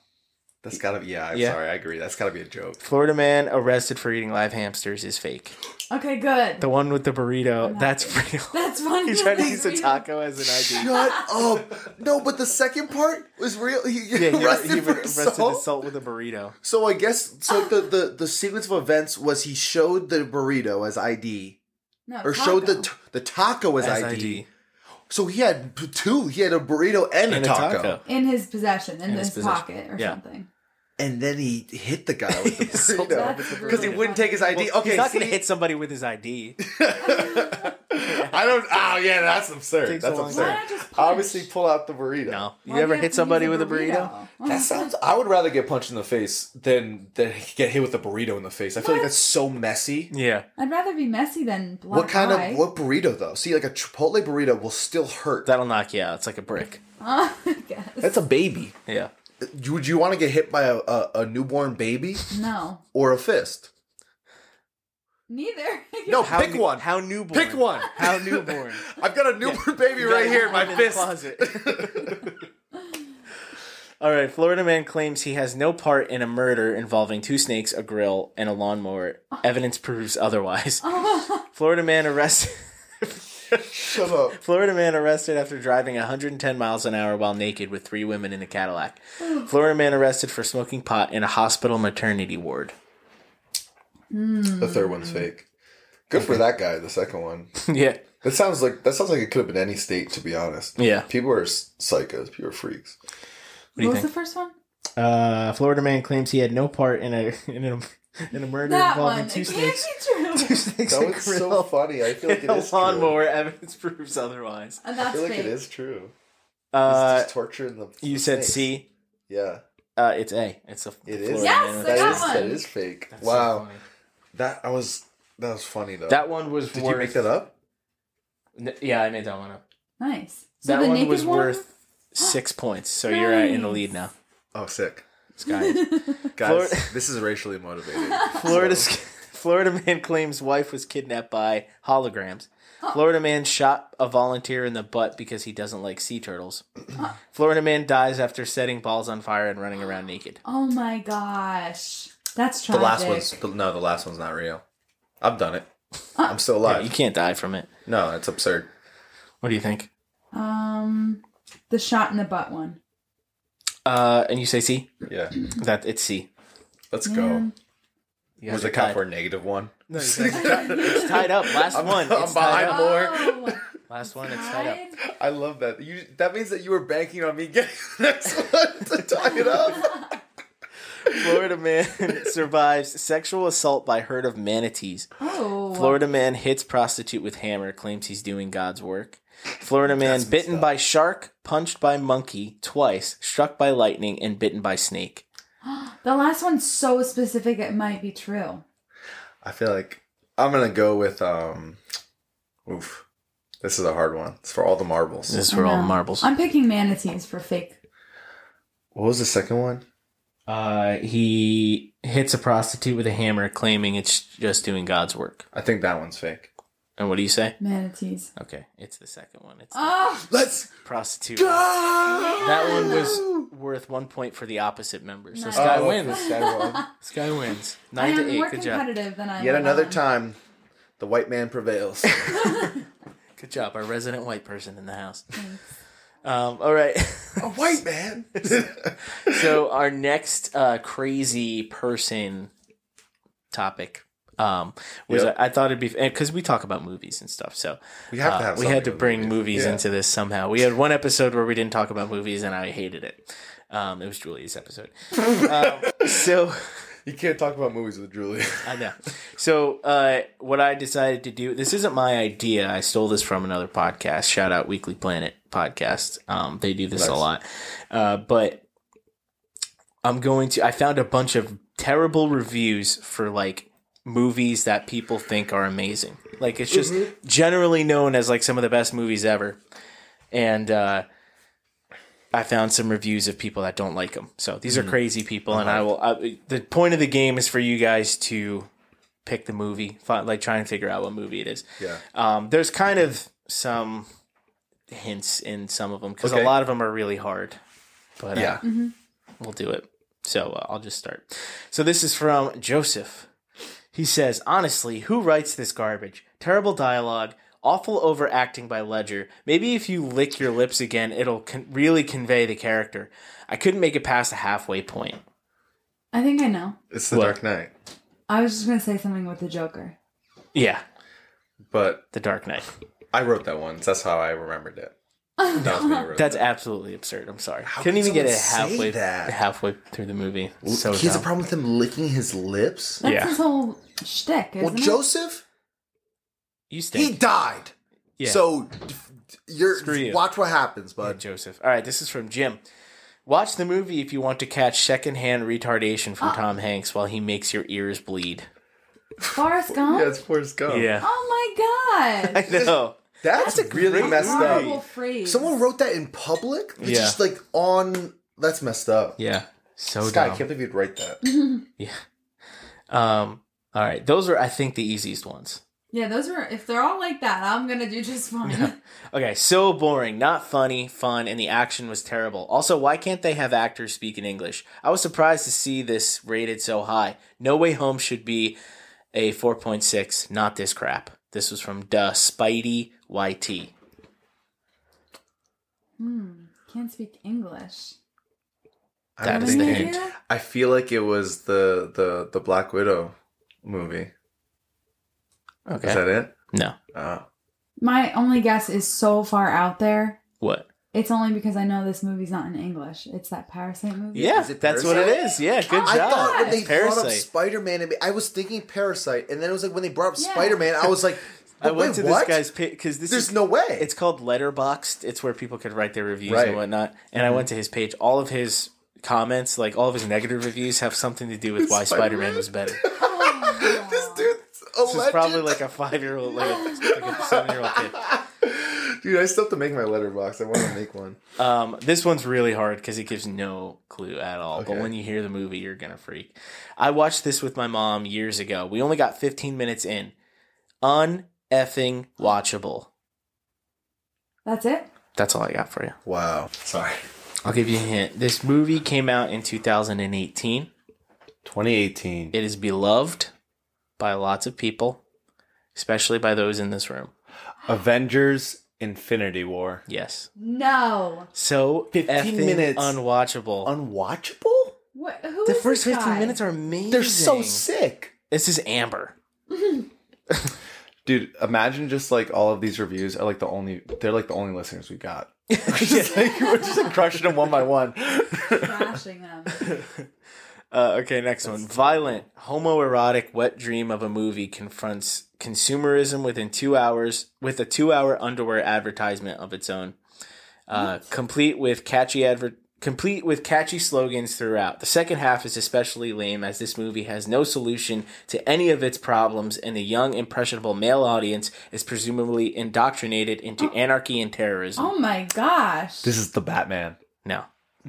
B: That's gotta be. Yeah, I'm
A: Yeah.
B: sorry. I agree. That's gotta be a joke.
A: Florida man arrested for eating live hamsters is fake.
C: Okay, good.
A: The one with the burrito, that's real.
C: That's funny.
A: (laughs) He tried to use a taco as an ID.
B: Shut up. No, but the second part was real. He
A: Yeah, he,
B: arrested
A: he
B: for
A: arrested
B: assault?
A: assault with a burrito.
B: So I guess so
C: Ah.
B: the, the the sequence of events was he showed the burrito as ID
C: No,
B: or
C: taco.
B: showed the t- the taco as,
A: As
B: ID.
A: ID.
B: So he had p- two. He had a burrito and,
A: And
B: a, taco.
C: in his possession,
A: In
C: in,
A: his
C: his,
A: possession.
C: pocket or
A: Yeah.
C: something.
B: and then (laughs) he hit the guy with the
A: He sold
B: burrito
A: out
C: with the
B: because he
C: burrito.
B: wouldn't take his ID.
A: Well,
B: okay,
A: he's not
B: see?
A: going to hit somebody with his ID.
B: (laughs) I don't. Oh yeah, that's absurd.
A: Takes a
B: That's
A: long
B: absurd.
A: time.
C: Why not just punch?
B: Obviously, pull out the burrito.
A: No. You
C: Why do
A: ever
C: have
A: hit
C: to
A: somebody
C: use
A: with a burrito?
B: That sounds. I would rather get punched in the face than than get hit with a burrito in the face. I feel like that's so messy.
A: Yeah.
C: I'd rather be messy than black
B: What kind
C: eye.
B: of what burrito though? See, like a Chipotle burrito will still hurt.
A: That'll knock you out. It's like a brick.
C: (laughs) I guess.
B: That's a baby.
A: Yeah.
B: Would you want to get hit by a, a, a newborn baby
C: No,
B: or a fist?
C: neither. (laughs)
B: No,
A: How
B: pick
A: new-
B: one.
A: How newborn.
B: pick one.
A: (laughs) How newborn.
B: I've got a newborn baby
A: You
B: right
A: gotta
B: here in
A: hide
B: my
A: the
B: fist. (laughs)
A: closet. All right, Florida man claims he has no part in a murder involving two snakes, a grill, and a lawnmower. Evidence proves otherwise. Florida man arrested.
B: Shut up.
A: Florida man arrested after driving 110 miles an hour while naked with three women in a Cadillac. Florida man arrested for smoking pot in a hospital maternity
B: (laughs)
A: ward.
B: The third one's fake. Good for that guy. The second one.
A: yeah,
B: That sounds like that sounds like it could have been any state. To be honest,
A: yeah.
B: people are s- psychos. People
A: (laughs)
B: are freaks.
A: do you
C: What was
A: think?
C: the first one?
A: Uh, Florida man claims he had no part in a in a, in a murder
C: That
A: involving
C: one.
A: two
C: It
A: snakes.
C: can't
A: (laughs)
C: be
A: Two
C: true.
A: snakes
B: That
A: and
B: was
A: (laughs)
B: so
A: grill.
B: funny. I feel like it
A: a
B: is true.
A: lawnmower. Evidence (laughs) proves otherwise.
C: And
B: I
C: Oh, that's
B: feel like
C: fake.
B: it is true. He's
A: Uh,
B: just torturing the.
A: you
B: the
A: said
B: snakes.
A: C.
B: Yeah,
A: Uh, it's A. It's a
B: it
A: Florida
B: is.
C: Yes,
A: man with
C: I
A: a
B: that
C: got
B: is
A: snake.
C: one.
B: that is fake.
A: That's so
B: wow,
A: funny.
B: that I was that was funny though.
A: that one was
B: Did
A: worth.
B: you make that up?
A: N- yeah, I made that one
C: (gasps)
A: up.
C: Nice. So
A: that
C: the
A: one
C: naked
A: was worth six points. So you're uh, in the lead now.
B: Oh,
A: (laughs)
B: sick.
A: Sky.
B: Guys,
A: Florida-
B: this is racially motivated.
A: Florida (laughs) Florida man claims wife was kidnapped by holograms. Florida man shot a volunteer in the butt because he doesn't like sea turtles. (clears throat) Florida man dies after setting balls on fire and running around naked.
C: (laughs) Oh my gosh, that's
B: the
C: tragic.
B: last one's the, no, the last one's not real. I've done it. I'm still alive.
A: You can't die from it.
B: No, that's absurd.
A: What do you think?
C: Um, the shot in the butt one.
A: Uh, and you say C?
B: Yeah,
A: That it's C.
B: let's
C: Man.
A: You
B: go. Was
A: guys
B: the
A: are
B: cop
A: tied.
B: for a negative one?
A: No, you guys
B: (laughs)
A: are tied. it's tied up. Last
B: I'm-
A: one.
B: I'm
A: It's tied
B: behind
A: up.
B: More.
A: (laughs)
C: Oh,
A: Last one. It's tied up.
C: God.
B: I love that. You that means that you were banking on me getting (laughs) the next one to tie it up.
A: Florida man (laughs) survives sexual assault by herd of manatees.
C: Oh,
A: Florida man hits prostitute with hammer, claims he's doing God's work. Florida man bitten by shark, punched by monkey twice, struck by lightning, and bitten by snake.
C: (gasps) the last one's so specific it might be true.
B: (laughs) I feel like I'm gonna go with um, oof. This is a hard one. It's for all the marbles.
A: This is for all
C: No.
A: marbles.
C: I'm picking manatees for fake.
B: What was the second one?
A: Uh, he hits a prostitute with a hammer, claiming it's just doing God's work.
B: I think that one's fake.
A: And what do you say?
C: Manatees.
A: Okay, it's the second one. It's the
C: Oh,
B: Let's
A: prostitute.
B: go.
A: That one was worth one point for the opposite member. So
C: Nice.
A: Sky
B: Oh,
A: wins.
B: Sky (laughs) won.
A: Sky wins.
C: I
A: Nine
C: am
A: to
C: more
A: eight. Good job.
C: competitive than I.
B: Yet
C: let
B: another (laughs)
C: on.
B: time, the white man prevails.
A: Good job, our resident white person in the house. Um, all right.
D: A
C: Oh,
D: white
B: (laughs)
D: man.
A: so our next uh, crazy person topic um, was
D: Yep.
A: I, I thought it'd be because we talk about movies and stuff. So
D: We have
A: uh,
D: to have.
A: we had to
D: something
A: bring
D: with
A: movies,
D: movies. Yeah.
A: into this somehow. We had one episode where we didn't talk about movies, and I hated it. Um, it was
D: (laughs)
A: Julie's episode. um, so
D: You can't talk about movies with Julia.
A: I know. So uh, what I decided to do. This isn't my idea. I stole this from another podcast. Shout out Weekly Planet podcast. Um, they do this a
D: Nice.
A: lot. Uh, but I'm going to. I found a bunch of terrible reviews for like movies that people think are amazing. Like it's just generally known as like some of the best movies ever. And uh, I found some reviews of people that don't like them. So these are crazy people, and I will. I, the point of the game is for you guys to pick the movie, fi- like try and figure out what movie it is.
D: Yeah.
A: Um, there's kind of some hints in some of them because
D: Okay.
A: a lot of them are really hard. But uh,
D: Yeah.
A: we'll do it. So uh, I'll just start. So this is from Joseph. He says, honestly, who writes this garbage? Terrible dialogue, awful overacting by Ledger. Maybe if you lick your lips again, it'll con- really convey the character. I couldn't make it past the halfway point.
C: I think I know.
D: It's the
A: What?
D: Dark Knight.
C: I was just gonna say something with the Joker.
A: Yeah,
D: But
A: The Dark Knight.
D: I wrote that one. So that's how I remembered it. That was me who wrote
A: That's
D: it.
A: absolutely absurd. I'm sorry.
D: How
A: Couldn't
D: could
A: even get it
D: someone say
A: halfway
D: that?
A: halfway through the movie. So
D: he has a
A: dumb.
D: problem with him licking his lips.
C: That's
A: Yeah.
C: his whole shtick, isn't
B: Well,
C: it?
B: Joseph,
A: You
B: he
A: stink.
B: died.
A: Yeah.
B: So d- d- you're
A: Screw you.
B: watch what happens, bud.
A: Joseph. All right, this is from Jim. Watch the movie if you want to catch secondhand retardation from Tom Hanks while he makes your ears bleed.
B: (laughs)
C: Forrest Gump.
D: Yeah, it's Forrest Gump.
C: Oh my
A: (laughs)
C: god.
A: I know.
D: That's, really
B: great
D: messed
C: Horrible
D: up.
C: freeze.
B: Someone wrote that in public. It's
A: Yeah.
B: just like on. That's messed up.
A: Yeah, so
D: This guy, I
A: dumb.
D: can't believe you'd write that.
A: Um, all right, those are I think the easiest ones.
C: Yeah, those were. If they're all like that, I'm gonna do just fine. (laughs)
A: Okay, so boring, not funny, fun, and the action was terrible. Also, why can't they have actors speak in English? I was surprised to see this rated so high. No Way Home should be a 4.6, not this crap. This was from Duh Spidey YT.
C: Hmm, Can't speak English.
D: I
A: That
D: don't
A: is the
D: think-
A: hint.
C: Yeah.
D: I feel like it was the the the Black Widow movie.
A: Okay.
D: Is that it?
A: no.
D: Uh,
C: My only guess is so far out there.
A: What?
C: It's only because I know this movie's not in English. It's that Parasite movie.
A: Yeah,
B: Is it
A: that's what it
B: Parasite?
A: is. Yeah, good
B: I
A: job.
B: thought when they brought up
A: Parasite.
B: Spider Man, I was thinking Parasite, and then it was like when they brought up
C: Yeah.
B: Spider Man, I was like,
A: (laughs) I
B: "But
A: went
B: wait,
A: to
B: what?
A: this guy's because this
B: There's
A: is
B: no way. (laughs)
A: it's called Letterboxed. It's where people could write their reviews
D: Right.
A: and whatnot. And I
B: Mm-hmm.
A: went to his page. All of his comments, like all of his negative reviews, have something to do with why Spider Man was better.
B: this dude's (laughs) a
A: This is
B: legend.
A: probably like a five year old, like
B: (laughs)
A: a, like a seven year old kid.
D: dude, I still have to make my letterbox. I want to make one.
A: Um, this one's really hard because it gives no clue at all. But
D: Okay.
A: when you hear the movie, you're gonna freak. I watched this with my mom years ago. We only got 15 minutes in. Uneffing watchable.
C: That's it.
A: That's all I got for you.
D: Wow. Sorry.
A: I'll give you a hint. This movie came out in 2018.
D: 2018.
A: It is beloved by lots of people, especially by those in this room.
D: Avengers Infinity War.
A: Yes.
C: No.
A: So
D: 15
A: effing
D: minutes.
A: unwatchable.
D: Unwatchable?
C: What? Who
A: the
C: is
A: first
C: this
A: 15
C: guy?
A: minutes are amazing.
B: They're so sick.
A: This is Amber.
D: Dude, imagine just like all of these reviews are like the only they're like the only listeners we got. just like, we're just like crushing them one by
B: (laughs)
D: one.
C: Trashing them.
A: Uh, okay, next one. Violent, homoerotic, wet dream of a movie confronts consumerism within two hours with a two-hour underwear advertisement of its own, uh, complete with catchy adver- complete with catchy slogans throughout. The second half is especially lame, as this movie has no solution to any of its problems, and the young, impressionable male audience is presumably indoctrinated into anarchy and terrorism.
C: Oh my gosh.
D: This is the Batman.
A: No,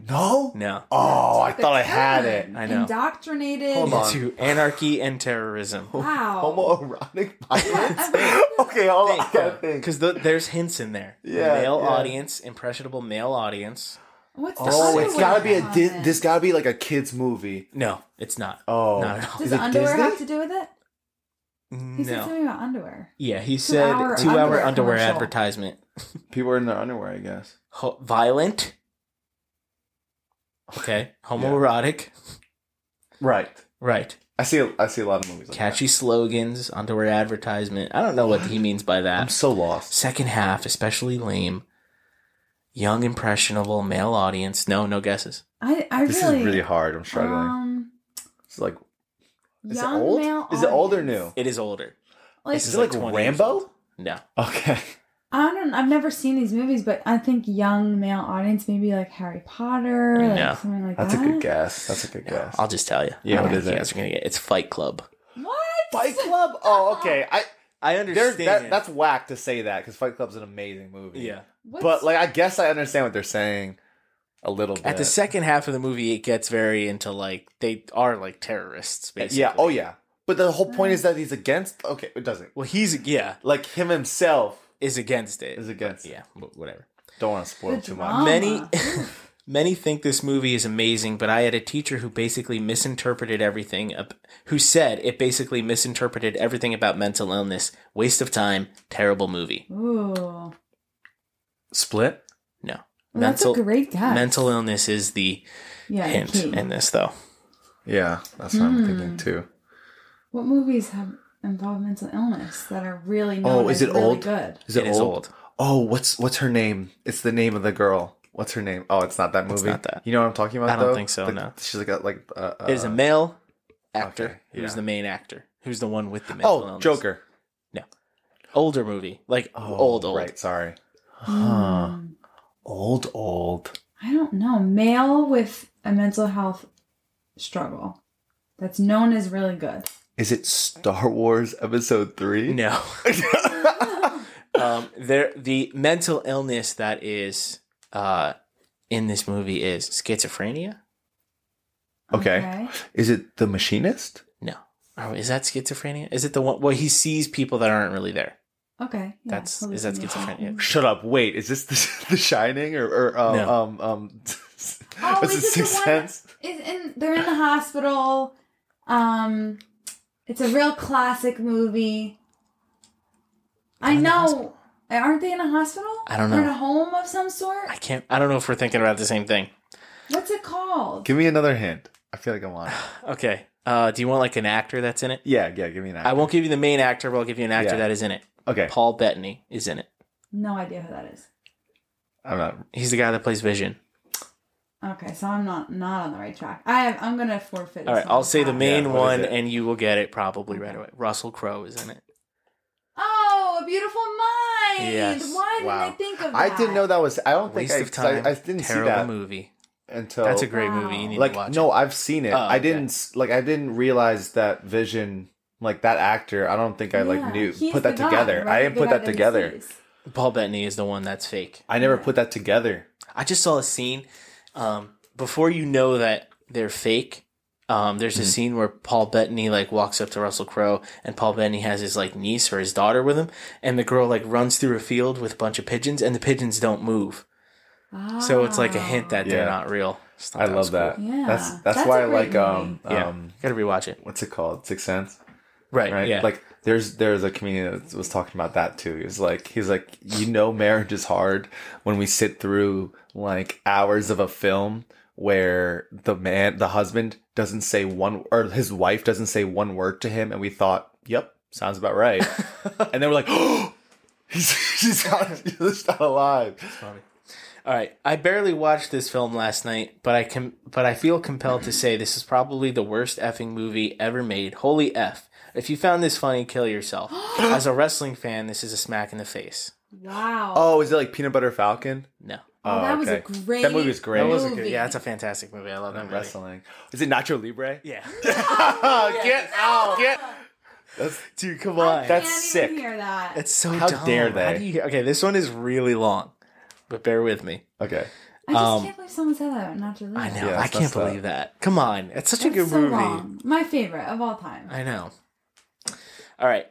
B: No.
A: no,
B: Oh, I
C: The
B: thought I had
C: term.
B: it.
A: I know.
C: Indoctrinated.
B: Hold on.
A: to anarchy and terrorism.
C: Wow.
B: Homoerotic violence.
C: Yeah,
B: okay, hold on. (laughs) I
A: think,
B: gotta
A: though,
B: think.
A: Because th- there's hints in there.
B: Yeah,
A: Male
B: yeah.
A: audience, impressionable male audience.
C: What's the
B: Oh, it's
C: underwear
B: gotta be a di-
C: comment?
B: this gotta be like a kids movie.
A: No, it's not.
B: Oh.
A: Not at all.
C: Does (laughs)
B: Is it
C: underwear
B: Disney?
C: have to do with it? He said
A: No.
C: something about underwear.
A: Yeah, he said
C: Two-hour
A: two hour
C: underwear
A: underwear
C: commercial.
A: advertisement.
B: People are in their underwear, I guess.
A: Ho- violent. Okay. Homoerotic.
B: Right.
A: Right.
B: I see. I see a lot of movies. Like
A: Catchy slogans, underwear advertisement. I don't know what he means by
B: that. I'm
A: that.
B: so lost.
A: Second half, especially lame. Young, impressionable male audience. No, no guesses.
C: I, I
B: This
C: really,
B: is really hard. I'm struggling.
C: Um,
B: it's like is it
C: young
B: old?
C: male
B: Is it old or
C: audience.
B: new?
A: It is older.
C: Like,
A: This
B: is it like
A: 20 years
B: Rambo?
A: old. No.
B: okay.
C: I don't. I've never seen these movies, but I think young male audience, maybe like Harry Potter, like
A: No.
C: something like
B: That's a
C: that.
B: good guess. That's a good
A: No,
B: guess.
A: I'll just tell you.
B: Yeah,
A: I
B: what
A: don't
B: is
A: think
B: it?
A: you guys are gonna get. It's Fight Club.
C: What?
B: Fight Club. Oh, okay. I
A: I
B: there's
A: understand.
B: that, that's whack to say that because Fight Club's an amazing movie.
A: yeah.
C: What's-
B: but like I guess I understand what they're saying a little bit.
A: At the second half of the movie, it gets very into like they are like terrorists, basically.
B: yeah. Oh yeah. But the whole point is that he's against. Okay, it doesn't.
A: Well, he's yeah
B: Ah. Like him himself
A: is against it.
B: is against. it. Ah.
A: yeah, wh- whatever.
B: Don't want to spoil
C: The
B: too
C: drama.
B: much.
A: Many
B: (laughs)
A: (laughs) many think this movie is amazing, but I had a teacher who basically misinterpreted everything. ab- Who said it basically misinterpreted everything about mental illness. Waste of time. Terrible movie.
C: Ooh,
B: Split.
A: No.
C: that's a
A: Mental-
C: great guess.
A: Mental illness is the
C: yeah,
A: hint
C: key.
A: in this, though.
B: Yeah, that's what I'm thinking too.
C: What movies have involved mental illness that are really known
B: Oh, is
C: as
B: it
C: really
B: old?
C: good?
B: Is it,
A: It is
B: old?
A: old.
B: Oh, what's what's her name? It's the name of the girl. What's her name? Oh, it's not that movie.
A: not that.
B: You know what I'm talking about?
A: I don't
B: though?
A: think so,
B: Like,
A: no.
B: she's like a, like. Uh,
A: It is a male actor
B: okay,
A: who's
B: yeah.
A: the main actor, who's the one with the mental
B: Oh,
A: illness.
B: Joker.
A: Older movie, like
B: Oh,
A: old, old.
B: Right. Sorry. Huh.
C: Hmm.
B: Old, old.
C: I don't know. Male with a mental health struggle that's known as really good.
B: Is it Star Wars Episode Three? (laughs)
A: No, (laughs) um, there the mental illness that is uh, in this movie is schizophrenia.
B: Okay. Is it The Machinist?
A: No, oh, is that schizophrenia? Is it the one? Well, he sees people that aren't really there.
C: Okay. yeah,
A: That's-
C: totally
A: is that
C: see it.
A: schizophrenia?
B: Shut up. Wait. Is this The, (laughs) the Shining or, or um,
A: No.
B: um um? (laughs)
C: Oh,
B: what's
C: is it the
B: Sixth
C: one-
B: Sense?
C: Is in they're in the hospital. Um, it's a real classic movie. I
A: in the
C: know. Aren't they in a hospital?
A: I don't
C: Or in
A: know.
C: a home of some sort.
A: I can't. I don't know if we're thinking about the same thing. (sighs)
C: What's it called?
B: Give me another hint. I feel like I'm on. it.
A: Okay. Uh, do you want like an actor that's in it?
B: Yeah, yeah. Give me an.
A: I won't give you the main actor, but I'll give you an actor
B: Yeah.
A: that is in it.
B: Okay.
A: Paul Bettany is in it.
C: No idea who that is.
B: I'm not.
A: He's the guy that plays Vision.
C: Okay, so I'm not not on the right track. I have, I'm gonna forfeit. this
A: All right,
C: one.
A: I'll say the main
B: Yeah,
A: one,
B: what is it?
A: and you will get it probably right away. Russell Crowe is in it.
C: Oh, a beautiful mind.
A: Yes.
C: Why
B: Wow.
C: didn't I think of that?
B: I didn't know that was. I don't think
A: Waste
B: I,
A: of time.
B: I, I didn't see
A: terrible
B: that
A: movie.
B: until
A: That's a great
C: Wow.
A: movie. You need
B: like
A: to watch
B: no. I've seen it.
A: Oh,
B: I
A: okay.
B: didn't s- like. I didn't realize that Vision like that actor. I don't think I
C: Yeah,
B: like knew
C: he's
B: put that
C: the guy,
B: together.
C: right?
B: I didn't
C: The
B: put
C: guy
B: that
C: he
B: together.
C: sees.
A: it. Paul Bettany is the one that's fake.
B: I never put that together.
A: I just saw a scene. Um, before you know that they're fake, um, there's a scene where Paul Bettany like walks up to Russell Crowe, and Paul Bettany has his like niece or his daughter with him, and the girl like runs through a field with a bunch of pigeons, and the pigeons don't move. So it's like a
C: Ah,
A: hint that they're
B: Yeah.
A: not real. Just thought
B: I
A: was
B: love that.
A: cool.
C: Yeah.
B: That's that's,
C: That's
B: why
C: a
B: I like
C: great
B: um
A: Yeah,
B: um
A: gotta rewatch it.
B: what's it called Sixth Sense
A: Right,
B: right
A: yeah.
B: like there's there's a comedian that was talking about that too. He was like he's like you know marriage is hard when we sit through like hours of a film where the man the husband doesn't say one or his wife doesn't say one word to him and we thought yep sounds about right and then we're like oh (laughs) he's she's not she's not alive
A: All right, I barely watched this film last night, but I can, but I feel compelled to say this is probably the worst effing movie ever made. Holy f! If you found this funny, kill
C: (gasps)
A: yourself. As a wrestling fan, this is a smack in the face.
C: Wow.
B: oh is it like Peanut Butter Falcon
A: No,
C: Oh, that was a great
B: that movie was great
A: that was a good.
C: Movie.
A: Yeah, that's a fantastic movie. I love that movie.
B: wrestling. Is it Nacho Libre?
A: Yeah,
B: (laughs) get out! Get. That's,
A: (laughs) dude, come on.
B: That's
C: Can't
B: sick.
C: Even hear that.
A: That's so
B: How
A: dumb.
B: dare
A: How
B: they.
A: do you- okay, this one is really long, but bear with me.
B: okay.
C: I just
A: um,
C: can't believe someone said that. Not to
A: I know.
B: Yeah,
A: I
B: it's
A: can't
B: messed up.
A: believe that. Come on, it's such
C: That's
A: a good
C: so
A: movie.
C: Long. My favorite of all time.
A: I know. All right.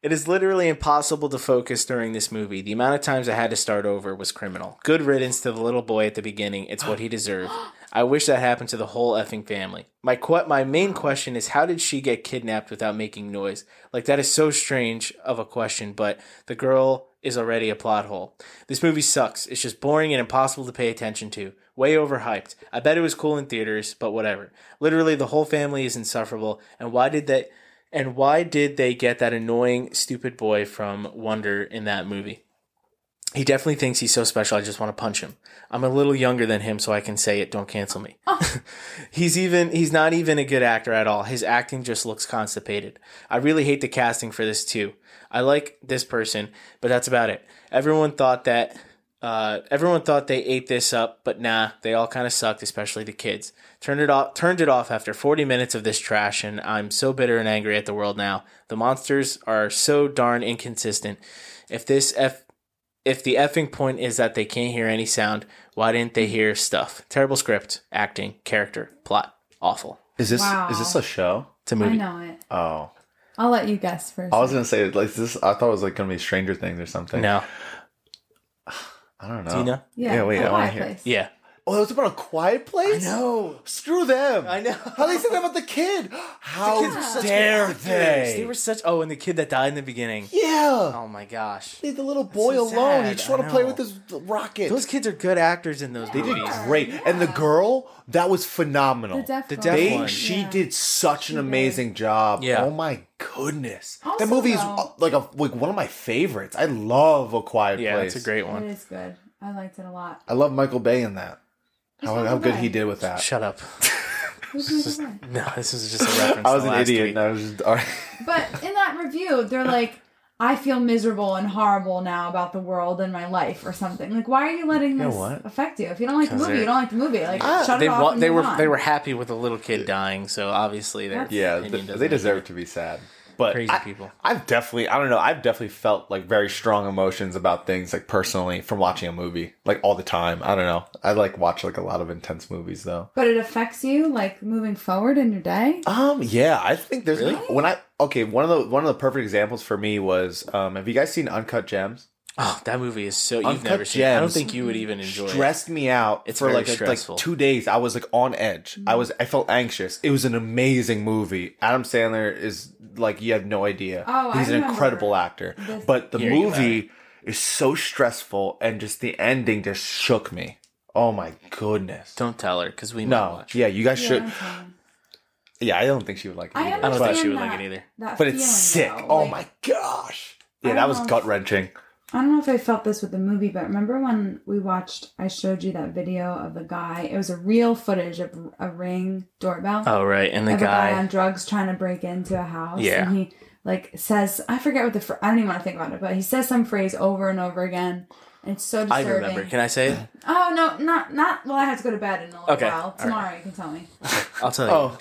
A: It is literally impossible to focus during this movie. The amount of times I had to start over was criminal. Good riddance to the little boy at the beginning. It's what he deserved. I wish that happened to the whole effing family. My que- my main question is how did she get kidnapped without making noise? Like that is so strange of a question, but the girl is already a plot hole. This movie sucks. It's just boring and impossible to pay attention to. Way overhyped. I bet it was cool in theaters, but whatever. Literally the whole family is insufferable and why did they and why did they get that annoying stupid boy from Wonder in that movie? He definitely thinks he's so special. I just want to punch him. I'm a little younger than him, so I can say it. Don't cancel me. he's even he's not even a good actor at all. His acting just looks constipated. I really hate the casting for this too. I like this person, but that's about it. Everyone thought that uh, everyone thought they ate this up, but nah, they all kind of sucked, especially the kids. Turned it off. Turned it off after 40 minutes of this trash, and I'm so bitter and angry at the world now. The monsters are so darn inconsistent. If this f if the effing point is that they can't hear any sound, why didn't they hear stuff? Terrible script, acting, character, plot, awful.
B: Is this
C: Wow.
B: is this a show?
A: It's a
C: I
A: movie.
C: know it.
B: Oh,
C: I'll let you guess first.
B: I was gonna say like this. I thought it was like gonna be Stranger Things or something.
A: No,
B: I don't know.
A: do you know?
C: yeah,
B: yeah, wait,
C: A
B: I wanna
C: Quiet
B: hear-
C: Place.
A: Yeah,
B: Oh, that was about a quiet place.
A: know.
B: Screw them.
A: I (laughs) know.
B: How they say that about the kid? How
C: were such
B: dare they?
A: They were such. Oh, and the kid that died in the beginning.
B: yeah.
A: Oh my gosh,
B: Leave the little boy
A: so
B: alone. He
A: sad.
B: just
A: I
B: want to play
A: know.
B: with his rocket.
A: those kids are good actors in those
B: they did
A: movies.
B: great, and the girl that was phenomenal.
C: The deaf
A: The
C: girl.
A: deaf
B: they
A: one.
B: she
C: Yeah.
B: did such an amazing job.
A: Yeah.
B: Oh my goodness.
C: Also,
B: that movie is
C: though-
B: uh, like a like one of my favorites. I love A Quiet
A: Yeah,
B: Place.
A: it's a great
C: It
A: one.
C: is good. I liked it a lot.
B: I love Michael Bay in that.
C: Who's
B: How,
C: Michael
B: how good
C: Bay?
B: he did with that.
A: Shut up.
C: Who's Michael Bay?
A: No, this was just a reference.
B: I was
A: to
B: an
A: last
B: idiot.
A: week.
B: And I was just (laughs) all right.
C: But in that review, they're like, I feel miserable and horrible now about the world and my life or something. Like, why are you letting
B: know
C: this
B: what?
C: affect you? If you don't like the
A: 'Cause
C: movie, you
A: they're-
C: don't like the movie. Like, shut
A: they
C: it off.
A: wa-
C: and
A: they were
C: move on.
A: they were happy with a little kid dying, so obviously they're
B: Yeah,
A: opinion
B: th-
A: doesn't
B: they deserve to be sad. But
A: Crazy
B: I,
A: people.
B: I've definitely, I don't know, I've definitely felt like very strong emotions about things, like personally, from watching a movie, like all the time. I don't know. I like watch like a lot of intense movies though.
C: But it affects you, like, moving forward in your day.
B: Um. Yeah, I think there's
A: Really?
B: when I okay. One of the one of the perfect examples for me was um. Have you guys seen Uncut Gems?
A: Oh, that movie is so you've
B: Uncut
A: never seen. it. I don't
B: Gems
A: think you would even enjoy it.
B: Stressed me out
A: It's
B: for
A: very
B: like a, like
A: stressful.
B: two days. I was like on edge. I
C: Mm-hmm.
B: was I felt anxious. It was an amazing movie. Adam Sandler is like you have no idea.
C: Oh, I
B: he's an
C: remember
B: incredible actor.
C: this-
B: But the
A: Hearing about
B: movie is so stressful, and just the ending just shook me. Oh my goodness.
A: Don't tell her because we might
B: no,
A: watch.
B: yeah, you guys
C: Yeah,
B: should.
C: okay.
B: Yeah, I don't think she would like it.
C: I
B: either,
A: I don't think
B: but-
A: she would like
C: understand that.
A: it either.
C: That
B: but it's
C: feeling,
B: sick.
C: though,
B: Oh
C: like-
B: my gosh.
C: I
B: Yeah, that
C: don't
B: was
C: know.
B: gut wrenching.
C: I don't know if I felt this with the movie, but remember when we watched, I showed you that video of the guy. It was a real footage of a ring doorbell.
A: Oh right, and the
C: of a guy
A: guy.
C: on drugs trying to break into a house.
A: Yeah.
C: And he like says, I forget what the, fr- I don't even want to think about it, but he says some phrase over and over again. And it's so
A: I
C: disturbing.
A: remember. Can I say it?
C: Oh, no, not, not, well, I have to go to bed in a little
A: Okay, all
C: while.
A: right.
C: Tomorrow you can tell me.
A: I'll tell you.
B: Oh,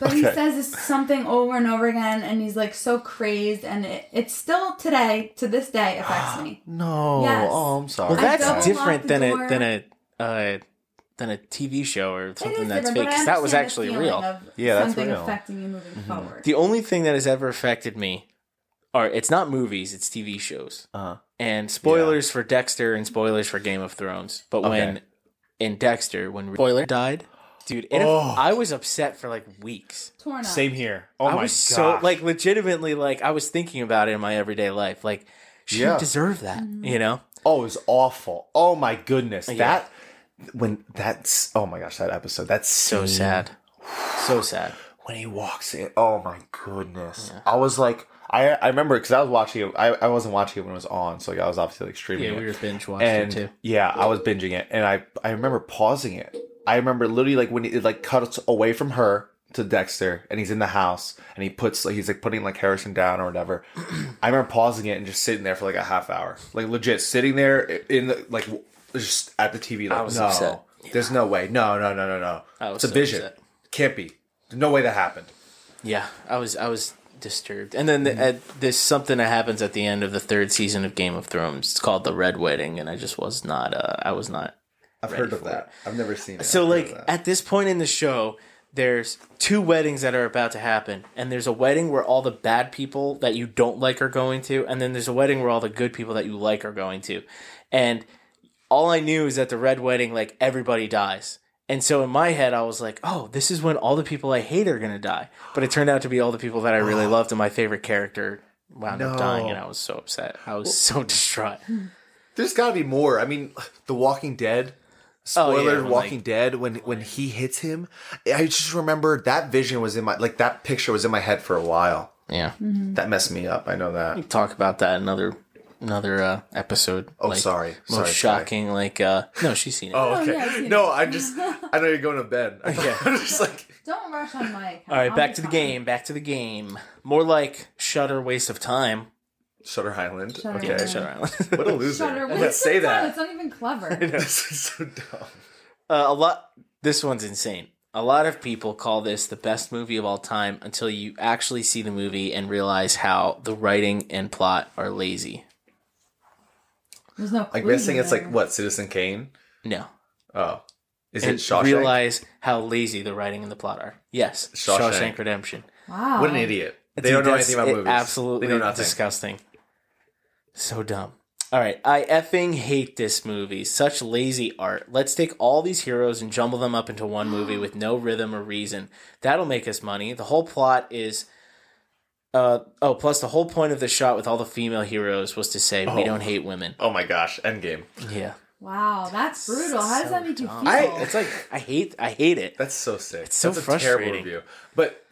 C: But he
B: Okay.
C: says this something over and over again and he's like so crazed and it, it's still today, to this day, affects
A: (gasps)
C: me.
B: no.
C: Yes.
B: Oh, I'm sorry.
A: Well,
C: I
A: that's
C: double-locked
A: different
C: the
A: than
C: door.
A: a than a uh, than a TV show or something that's fake.
C: different, but I
A: 'cause that was
C: understand the
A: actually
C: feeling
A: real.
C: of
B: Yeah, that's
C: something
B: real.
C: affecting you moving
A: Mm-hmm.
C: forward.
A: the only thing that has ever affected me are it's not movies, it's TV shows.
B: Uh-huh.
A: And spoilers for Dexter and spoilers for Game of Thrones. But when
B: Okay.
A: in Dexter, when spoiler died, dude, it,
B: Oh.
A: I was upset for like weeks.
C: Torn up.
B: Same here. Oh
A: I
B: my
A: was so
B: gosh.
A: like legitimately like I was thinking about it in my everyday life. Like she
B: Yeah.
A: didn't deserve that, you know?
B: oh, it was awful. Oh my goodness.
A: Yeah.
B: That when that's oh my gosh that episode that's
A: So sad. So sad.
B: when he walks in. Oh my goodness. I was like I I remember because I was watching it. I I wasn't watching it when it was on, so like I was obviously like streaming.
A: Yeah,
B: it.
A: we were binge watching
B: and
A: too.
B: yeah, I was binging it, and I I remember pausing it. I remember literally like when it like cuts away from her to Dexter, and he's in the house, and he puts like he's like putting like Harrison down or whatever. (clears throat) I remember pausing it and just sitting there for like a half hour, like legit sitting there in the like w- just at the TV. Like,
A: was
B: no,
A: upset.
B: there's no way. No, no, no, no, no.
A: I was
B: it's a
A: so
B: vision.
A: upset.
B: Can't be. No way that happened.
A: Yeah, I was I was disturbed. And then the, at, there's something that happens at the end of the third season of Game of Thrones. It's called the Red Wedding, and I just was not. Uh, I was not.
D: I've heard of that. I've never seen it.
A: So
D: I've heard
A: like
D: of that.
A: at this point in the show, there's two weddings that are about to happen, and there's a wedding where all the bad people that you don't like are going to, and then there's a wedding where all the good people that you like are going to, and all I knew is that the red wedding, like everybody dies. And so in my head, I was like, oh, this is when all the people I hate are going to die. But it turned out to be all the people that I
B: (gasps)
A: really loved and my favorite character wound up dying. And I was so upset. I was so (laughs) distraught.
B: Hmm. There's got to be more. I mean, The Walking Dead.
A: Oh, yeah,
B: Spoiler:
A: when,
B: Walking
A: like-
B: Dead. When when he hits him, I just remember that vision was in my like that picture was in my head for a while.
A: Yeah.
C: Mm-hmm.
B: That messed me up. I know that.
A: Talk about that another another uh, episode.
B: Oh, sorry.
A: Most
B: Sorry, sorry.
A: shocking. Like, uh, no, she's seen it.
B: Oh, okay.
C: yeah, I've seen
B: no,
C: it.
B: I
C: (laughs)
B: just I know you're going
A: (laughs)
B: to bed. (laughs) I'm just like
C: Don't rush on Oh my account.
A: All right,
C: I'll
A: back
C: be
A: to the
C: fine.
A: game. Back to the game. More like Shutter Waste of Time.
B: Shutter Island.
C: Shutter
B: okay.
A: Yeah,
C: Island.
A: Shutter Island.
B: (laughs) What a
A: (laughs)
B: loser.
C: Shutter,
B: Let's
C: waste
B: say
C: of time.
B: that.
C: (laughs) It's not even
B: (laughs)
C: clever.
B: This is so dumb.
A: uh, a lot. This one's insane. A lot of people call this the best movie of all time until you actually see the movie and realize how the writing and plot are lazy.
C: There's no.
B: I'm
C: clues
B: guessing
C: in
B: it's like
C: there.
B: what Citizen Kane.
A: No,
B: Oh, is
A: and
B: it Shawshank?
A: realize how lazy the writing and the plot are. Yes, Shawshank,
B: Shawshank.
A: Redemption.
C: Wow.
B: what an idiot! They
A: Dude,
B: don't know
A: that's-
B: anything about
A: it-
B: movies.
A: Absolutely
B: they know nothing.
A: disgusting. So dumb. All right, I effing hate this movie. Such lazy art. Let's take all these heroes and jumble them up into one movie with no rhythm or reason. That'll make us money. The whole plot is. Uh, oh, plus the whole point of the shot with all the female heroes was to say we don't hate women.
B: Oh my gosh! Endgame.
A: Yeah,
C: Wow, that's brutal. How does that make you feel?
B: I-
A: it's like I hate I hate it.
B: That's so sick. It's
A: so
B: That's
A: frustrating.
B: review. But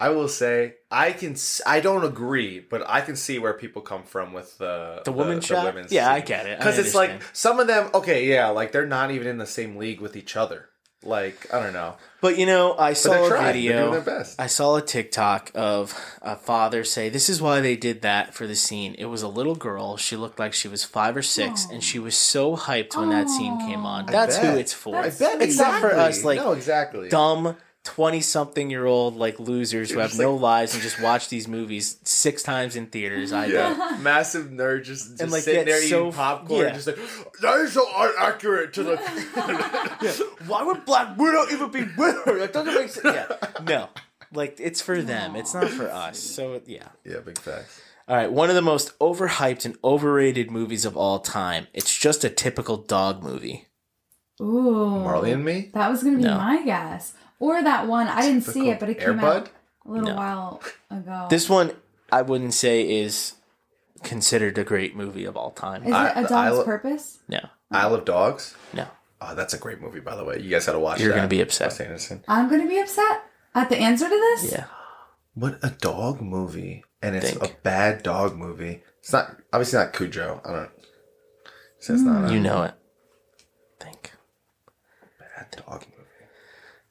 B: I will say, I can. s- I don't agree, but I can see where people come from with the
A: The woman shot? Yeah, I get it. I
B: Because it's like
A: understand.
B: some of them. Okay, yeah, like they're not even in the same league with each other. Like I don't know.
A: But you know, I saw a
B: trying. They're
A: video.
B: doing their best.
A: I saw a TikTok of a father say, "This is why they did that for the scene. It was a little girl. She looked like she was five or six, and she was so hyped when that scene came on. That's who
B: bet.
A: it's for.
C: That's
B: I bet
A: Except for
B: exactly.
A: us, like,
B: no, exactly.
A: Dumb." 20 something year old like losers who have
B: just
A: no lives and just watch these movies six times in theaters. I know.
B: Yeah, massive nerd just, just
A: And, like,
B: sitting
A: get
B: there
A: so-
B: eating popcorn,
A: yeah.
B: just like that is so inaccurate to the
A: (laughs)
B: (laughs)
A: Why would Black Widow even be with her? That doesn't make sense. Yeah. No. Like it's for them. It's not for us. So yeah.
B: yeah, big facts.
A: All right, one of the most overhyped and overrated movies of all time. It's just a typical dog movie.
C: Ooh.
B: Marley and me.
C: That was gonna be
A: No.
C: my guess, or that one. I didn't see it, but it came
B: Airbud?
C: out a little
A: No.
C: while ago.
A: This one I wouldn't say is considered a great movie of all time.
C: is
B: I-
C: it a dog's
B: I lo-
C: purpose?
A: no,
B: Isle of Dogs.
A: no.
B: Oh, that's a great movie, by the way. You guys got to watch.
A: You're
B: that.
A: gonna be upset.
B: Wes Anderson.
C: I'm gonna be upset at the answer to this.
A: Yeah.
B: What a dog movie, and it's
A: Think.
B: a bad dog movie. It's not obviously not Cujo. I don't. So it's not a
A: You know it. Think.
B: bad dog movie.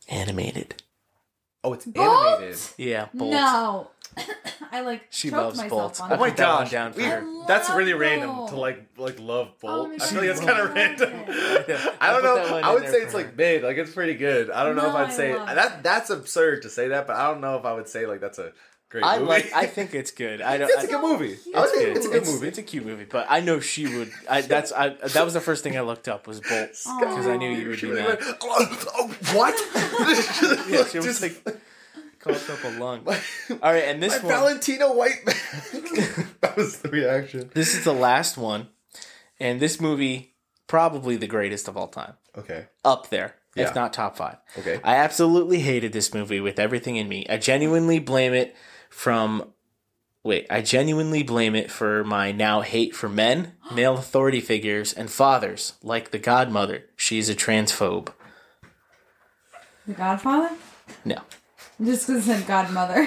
A: Animated.
B: Oh, it's
C: Bolt?
B: animated.
A: Yeah, Bolt.
C: No, (coughs) I like
A: She
C: choked
A: loves
C: myself
A: Bolt.
C: on
A: I
C: that.
A: put that one down for
B: Oh we-
A: her.
C: I
B: That's
C: love
B: really random
C: Bolt.
B: to like like love
C: Oh
B: Bolt.
C: my
B: I feel
C: God,
B: like it's
C: I
B: kind of
C: love (laughs)
B: random.
A: Yeah,
B: I don't
A: put that
B: know.
A: one
B: I
A: in
B: would
A: there
B: say it's
A: for her.
B: like mid. Like it's pretty good. I don't know if
C: No, I
B: I'd say
C: love
B: that. That's absurd to say that, but I don't know if I would say like that's a great
A: I
B: movie.
A: like I think it's good. I don't
B: (laughs) it's a
A: I-
B: good movie.
C: cute.
B: I would
A: It's,
B: say
A: good.
B: it's a good
A: It's-
B: movie.
A: it's a cute movie, but I know she would. I, that's I. That was the first thing I looked up was Bolt because I knew you would
B: She
A: do
B: really
A: that.
B: went, "Oh, oh,
A: (laughs)
B: what?
A: Yeah, she was
B: (laughs)
A: like (laughs) coughed up a lung. All right, and
B: my
A: this one,
B: Valentino White (laughs) that was the reaction.
A: this is the last one, and this movie probably the greatest of all time,
B: Okay.
A: up there
B: Yeah.
A: if not top five.
B: Okay.
A: I absolutely hated this movie with everything in me. I genuinely blame it from. Wait, I genuinely blame it for my now hate for men, male authority figures, and fathers, like the godmother. She's a transphobe.
C: The Godfather.
A: No.
C: Just because it
B: (laughs)
C: said Godmother.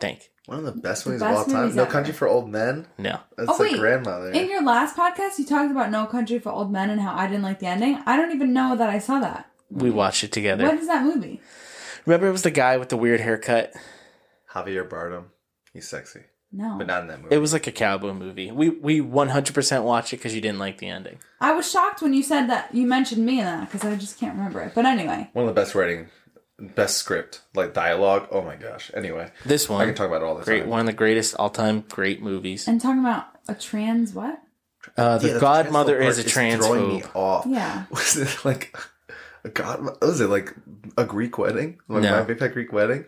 A: Thank.
B: One of the best movies
C: best
B: of all time.
C: movies
B: No
C: ever.
B: Country for Old Men.
A: No.
B: That's
C: Oh,
B: the
C: wait.
B: grandmother.
C: (laughs) In your last podcast, you talked about No Country for Old Men and how I didn't like the ending. I don't even know that I saw that.
A: We watched it together.
C: What is that movie?
A: Remember, it was the guy with the weird haircut.
B: Javier Bardem. He's sexy,
C: No,
B: but not in that movie.
A: It was like a cowboy movie. We we one hundred percent watched it because you didn't like the ending.
C: I was shocked when you said that you mentioned me in that because I just can't remember it. But anyway,
B: One of the best writing, best script, like dialogue. Oh my gosh. Anyway,
A: This
B: I
A: one,
B: can talk about it all the
A: great,
B: time.
A: one of the greatest all time great movies.
C: and talking about a trans what?
A: Uh,
B: Yeah,
A: the
B: the
A: Godmother
B: transphobe
A: is
B: part
A: a
B: throwing me
A: transphobe.
B: off.
C: Yeah.
B: (laughs) Was it like a god? Was it like a Greek wedding? Like
A: No.
B: my big fat Greek wedding.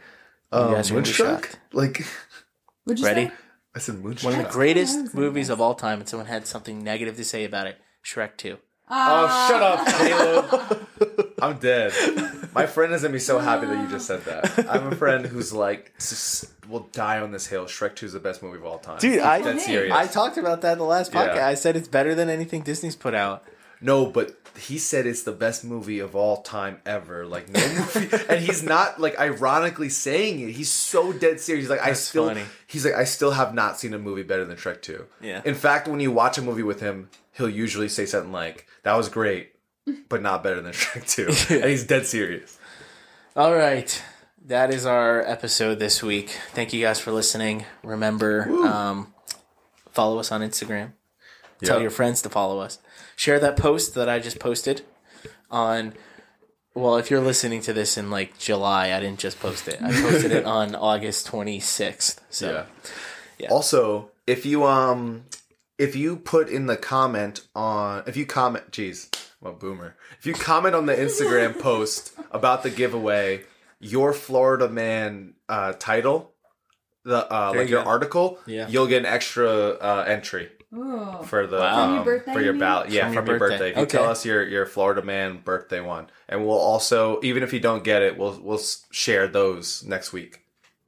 B: Um,
A: guys are gonna be
B: Moonstruck.
A: shocked.
B: Like
C: Would you
A: Ready?
C: say?
B: I said,
A: One of
B: Moonstruck.
A: the
C: That's
A: greatest
C: what I was gonna
A: movies
C: guess.
A: of all time, and someone had something negative to say about it. Shrek Two.
B: oh, shut up, Caleb. (laughs) I'm dead. My friend is gonna be so happy that you just said
A: (laughs)
B: that. I have a friend who's like, "S- will die on this hill. Shrek 2 is the best movie of all time.
A: Dude, I,
B: That's serious.
A: I talked about that in the last podcast.
B: Yeah.
A: I said it's better than anything Disney's put out.
B: No, but he said it's the best movie of all time ever. Like no
A: (laughs)
B: movie, and he's not like ironically saying it. He's so dead serious. He's like, I still.
A: funny.
B: He's like, I still have not seen a movie better than Shrek Two.
A: Yeah.
B: In fact, when you watch a movie with him, he'll usually say something like, "That was great, but not better than Shrek
A: (laughs)
B: 2. And he's dead serious.
A: All right. That is our episode this week. Thank you guys for listening. Remember, um, follow us on Instagram. Tell
B: Yeah.
A: your friends to follow us. Share that post that I just posted on. Well, if you're listening to this in like July, I didn't just post it. I posted
B: (laughs)
A: it on August 26th. So
B: Yeah. Also, if you um if you put in the comment on if you comment jeez, I'm a boomer. If you comment on the (laughs) Instagram post about the giveaway, your Florida man uh title, the uh like
A: you
B: your
A: go.
B: article,
A: Yeah.
B: you'll get an extra uh entry
C: Ooh.
B: for the
A: Wow. From
C: your
B: um,
C: birthday,
B: for
C: you
B: your
C: mean?
B: ballot. Yeah,
A: From
B: from,
A: your
B: your birthday.
A: birthday.
B: If you
A: Okay.
B: tell us your your Florida man birthday one. And we'll also even if you don't get it, we'll we'll s- share those next week.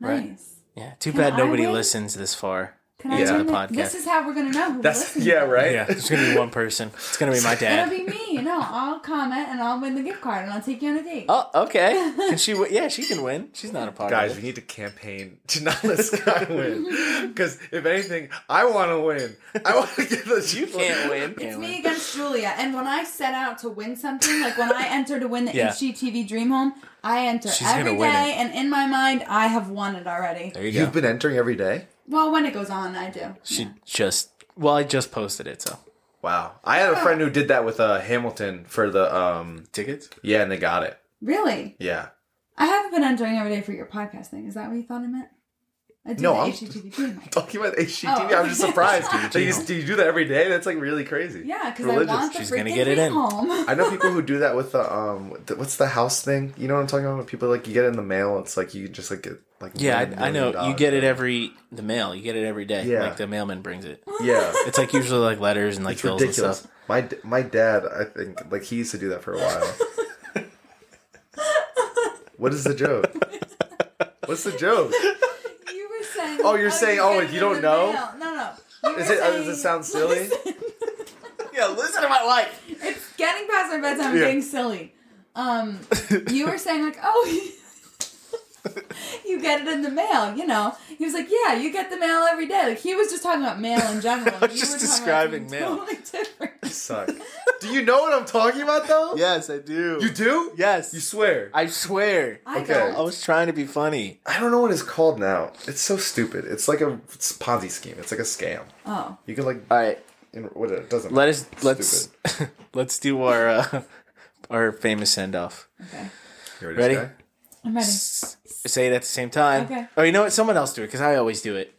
A: Right.
C: Nice.
A: yeah. Too
C: Can
A: bad
C: I
A: nobody
C: win?
A: listens this far.
C: Can I
B: Yeah.
C: turn
A: The
C: the
A: podcast.
C: This is how we're gonna know who
B: That's
C: listens.
B: yeah, right?
A: Yeah, it's gonna be one person. It's gonna be my
C: It'll
A: dad.
C: be me. No, I'll comment and I'll win the gift card and I'll take you on a date.
A: Oh, okay. Can she? Win? Yeah, she can win. She's not a part
B: Guys,
A: of
B: we
A: it.
B: need to campaign to not let Sky win. Because if anything, I want to win. I want to (laughs) get those. You
A: Can't win. Can't
C: It's
A: win.
C: me against Julia. And when I set out to win something, like when I enter to win the
A: Yeah.
C: HGTV Dream Home, I enter
A: She's
C: every
A: gonna win
C: day,
A: it.
C: and in my mind, I have won it already.
A: There you go.
B: You've been entering every day.
C: Well, when it goes on, I do.
A: She just well, I just posted it, so
B: Wow, I had a friend who did that with uh, Hamilton for the um.
A: tickets.
B: Yeah, and they got it.
C: Really?
B: Yeah.
C: I haven't been entering every day for your podcast thing. Is that what you thought I meant? I do
B: No,
C: the
B: I'm-
C: HGTV Dream Home.
B: Talking about HGTV,
C: Oh.
B: I'm just surprised. Like, you, do you do that every day? That's like really crazy.
C: Yeah, because I
B: Religious.
C: want the
A: She's
C: freaking
A: gonna get it
C: dream
A: in.
C: home.
B: I know people who do that with the um. with the- What's the house thing? You know what I'm talking about? When people like you get it in the mail. It's like you just like get like.
A: Yeah,
B: $1
A: I, I know.
B: million
A: You get it
B: dollars.
A: every the mail. You get it every day.
B: Yeah.
A: Like the mailman brings it.
B: Yeah.
A: It's like usually like letters and like
B: It's
A: bills
B: ridiculous.
A: and stuff.
B: My d- my dad, I think, like he used to do that for a while. what is the joke? What's the joke?
C: (laughs) You were saying.
B: Oh, you're saying,
C: you
B: oh,
C: get
B: you
C: in
B: don't
C: the
B: know?
C: mail. No, no. You
B: Is
C: were
B: it? uh, Does it
C: saying-
B: sound silly?
A: Yeah, listen to my wife.
C: (laughs) It's getting past our bedtime
B: Yeah.
C: being silly. Um, you were saying like, oh, (laughs) you get it in the mail, you know. He was like, yeah, you get the mail every day. Like he was just talking about mail
B: (laughs)
C: in general.
A: was
C: You
A: just
C: were talking
A: describing
C: about something
A: mail.
C: Totally (laughs) different.
B: Suck. Do you know what I'm talking about though?
A: (laughs) Yes, I do.
B: You do?
A: Yes,
B: You swear?
A: I swear.
C: I
B: Okay.
A: I
C: don't.
A: was trying to be funny.
B: I don't know what it's called now. It's so stupid. It's like a it's a Ponzi scheme. It's like a scam.
C: Oh,
B: You can like
A: All right,
B: in, what it doesn't.
A: let us let's (laughs)
B: Stupid.
A: let's do our uh, our famous send off.
C: okay.
B: You
A: Ready?
B: Sky?
C: I'm ready.
A: Say it at the same time.
C: Okay.
A: Oh, you know what? Someone else do it because I always do it,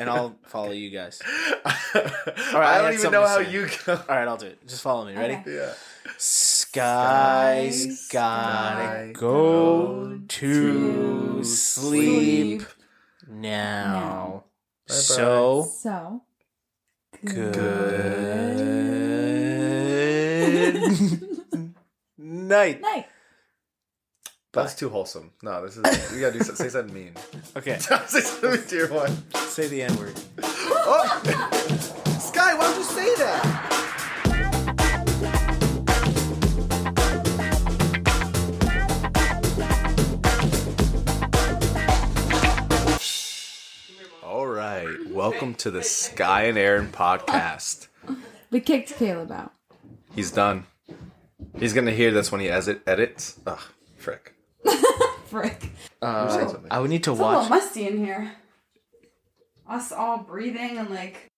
A: and
B: (laughs)
A: I'll follow you guys. right, I
B: I
A: had
B: don't even
A: something
B: know
A: to
B: how
A: say.
B: you go.
A: All right, I'll do it. Just follow me. Ready?
C: Okay.
B: Yeah.
A: Sky's gotta
B: gotta
A: go to
B: to
A: sleep now.
B: Bye-bye.
A: So
C: So
A: good (laughs) night.
C: night.
B: That's too wholesome. No, this is we gotta do something. Say something mean.
A: Okay,
B: say something to your wife.
A: say the N word.
B: Oh, Sky, why would you say that? All right, welcome to the Sky and Aaron podcast.
C: We kicked Caleb out.
B: He's done. He's gonna hear this when he edit edits. Ugh, frick.
C: Frick.
B: Say something.
A: Uh, I would need to
C: It's a little
A: watch.
C: musty in here. Us all breathing and like.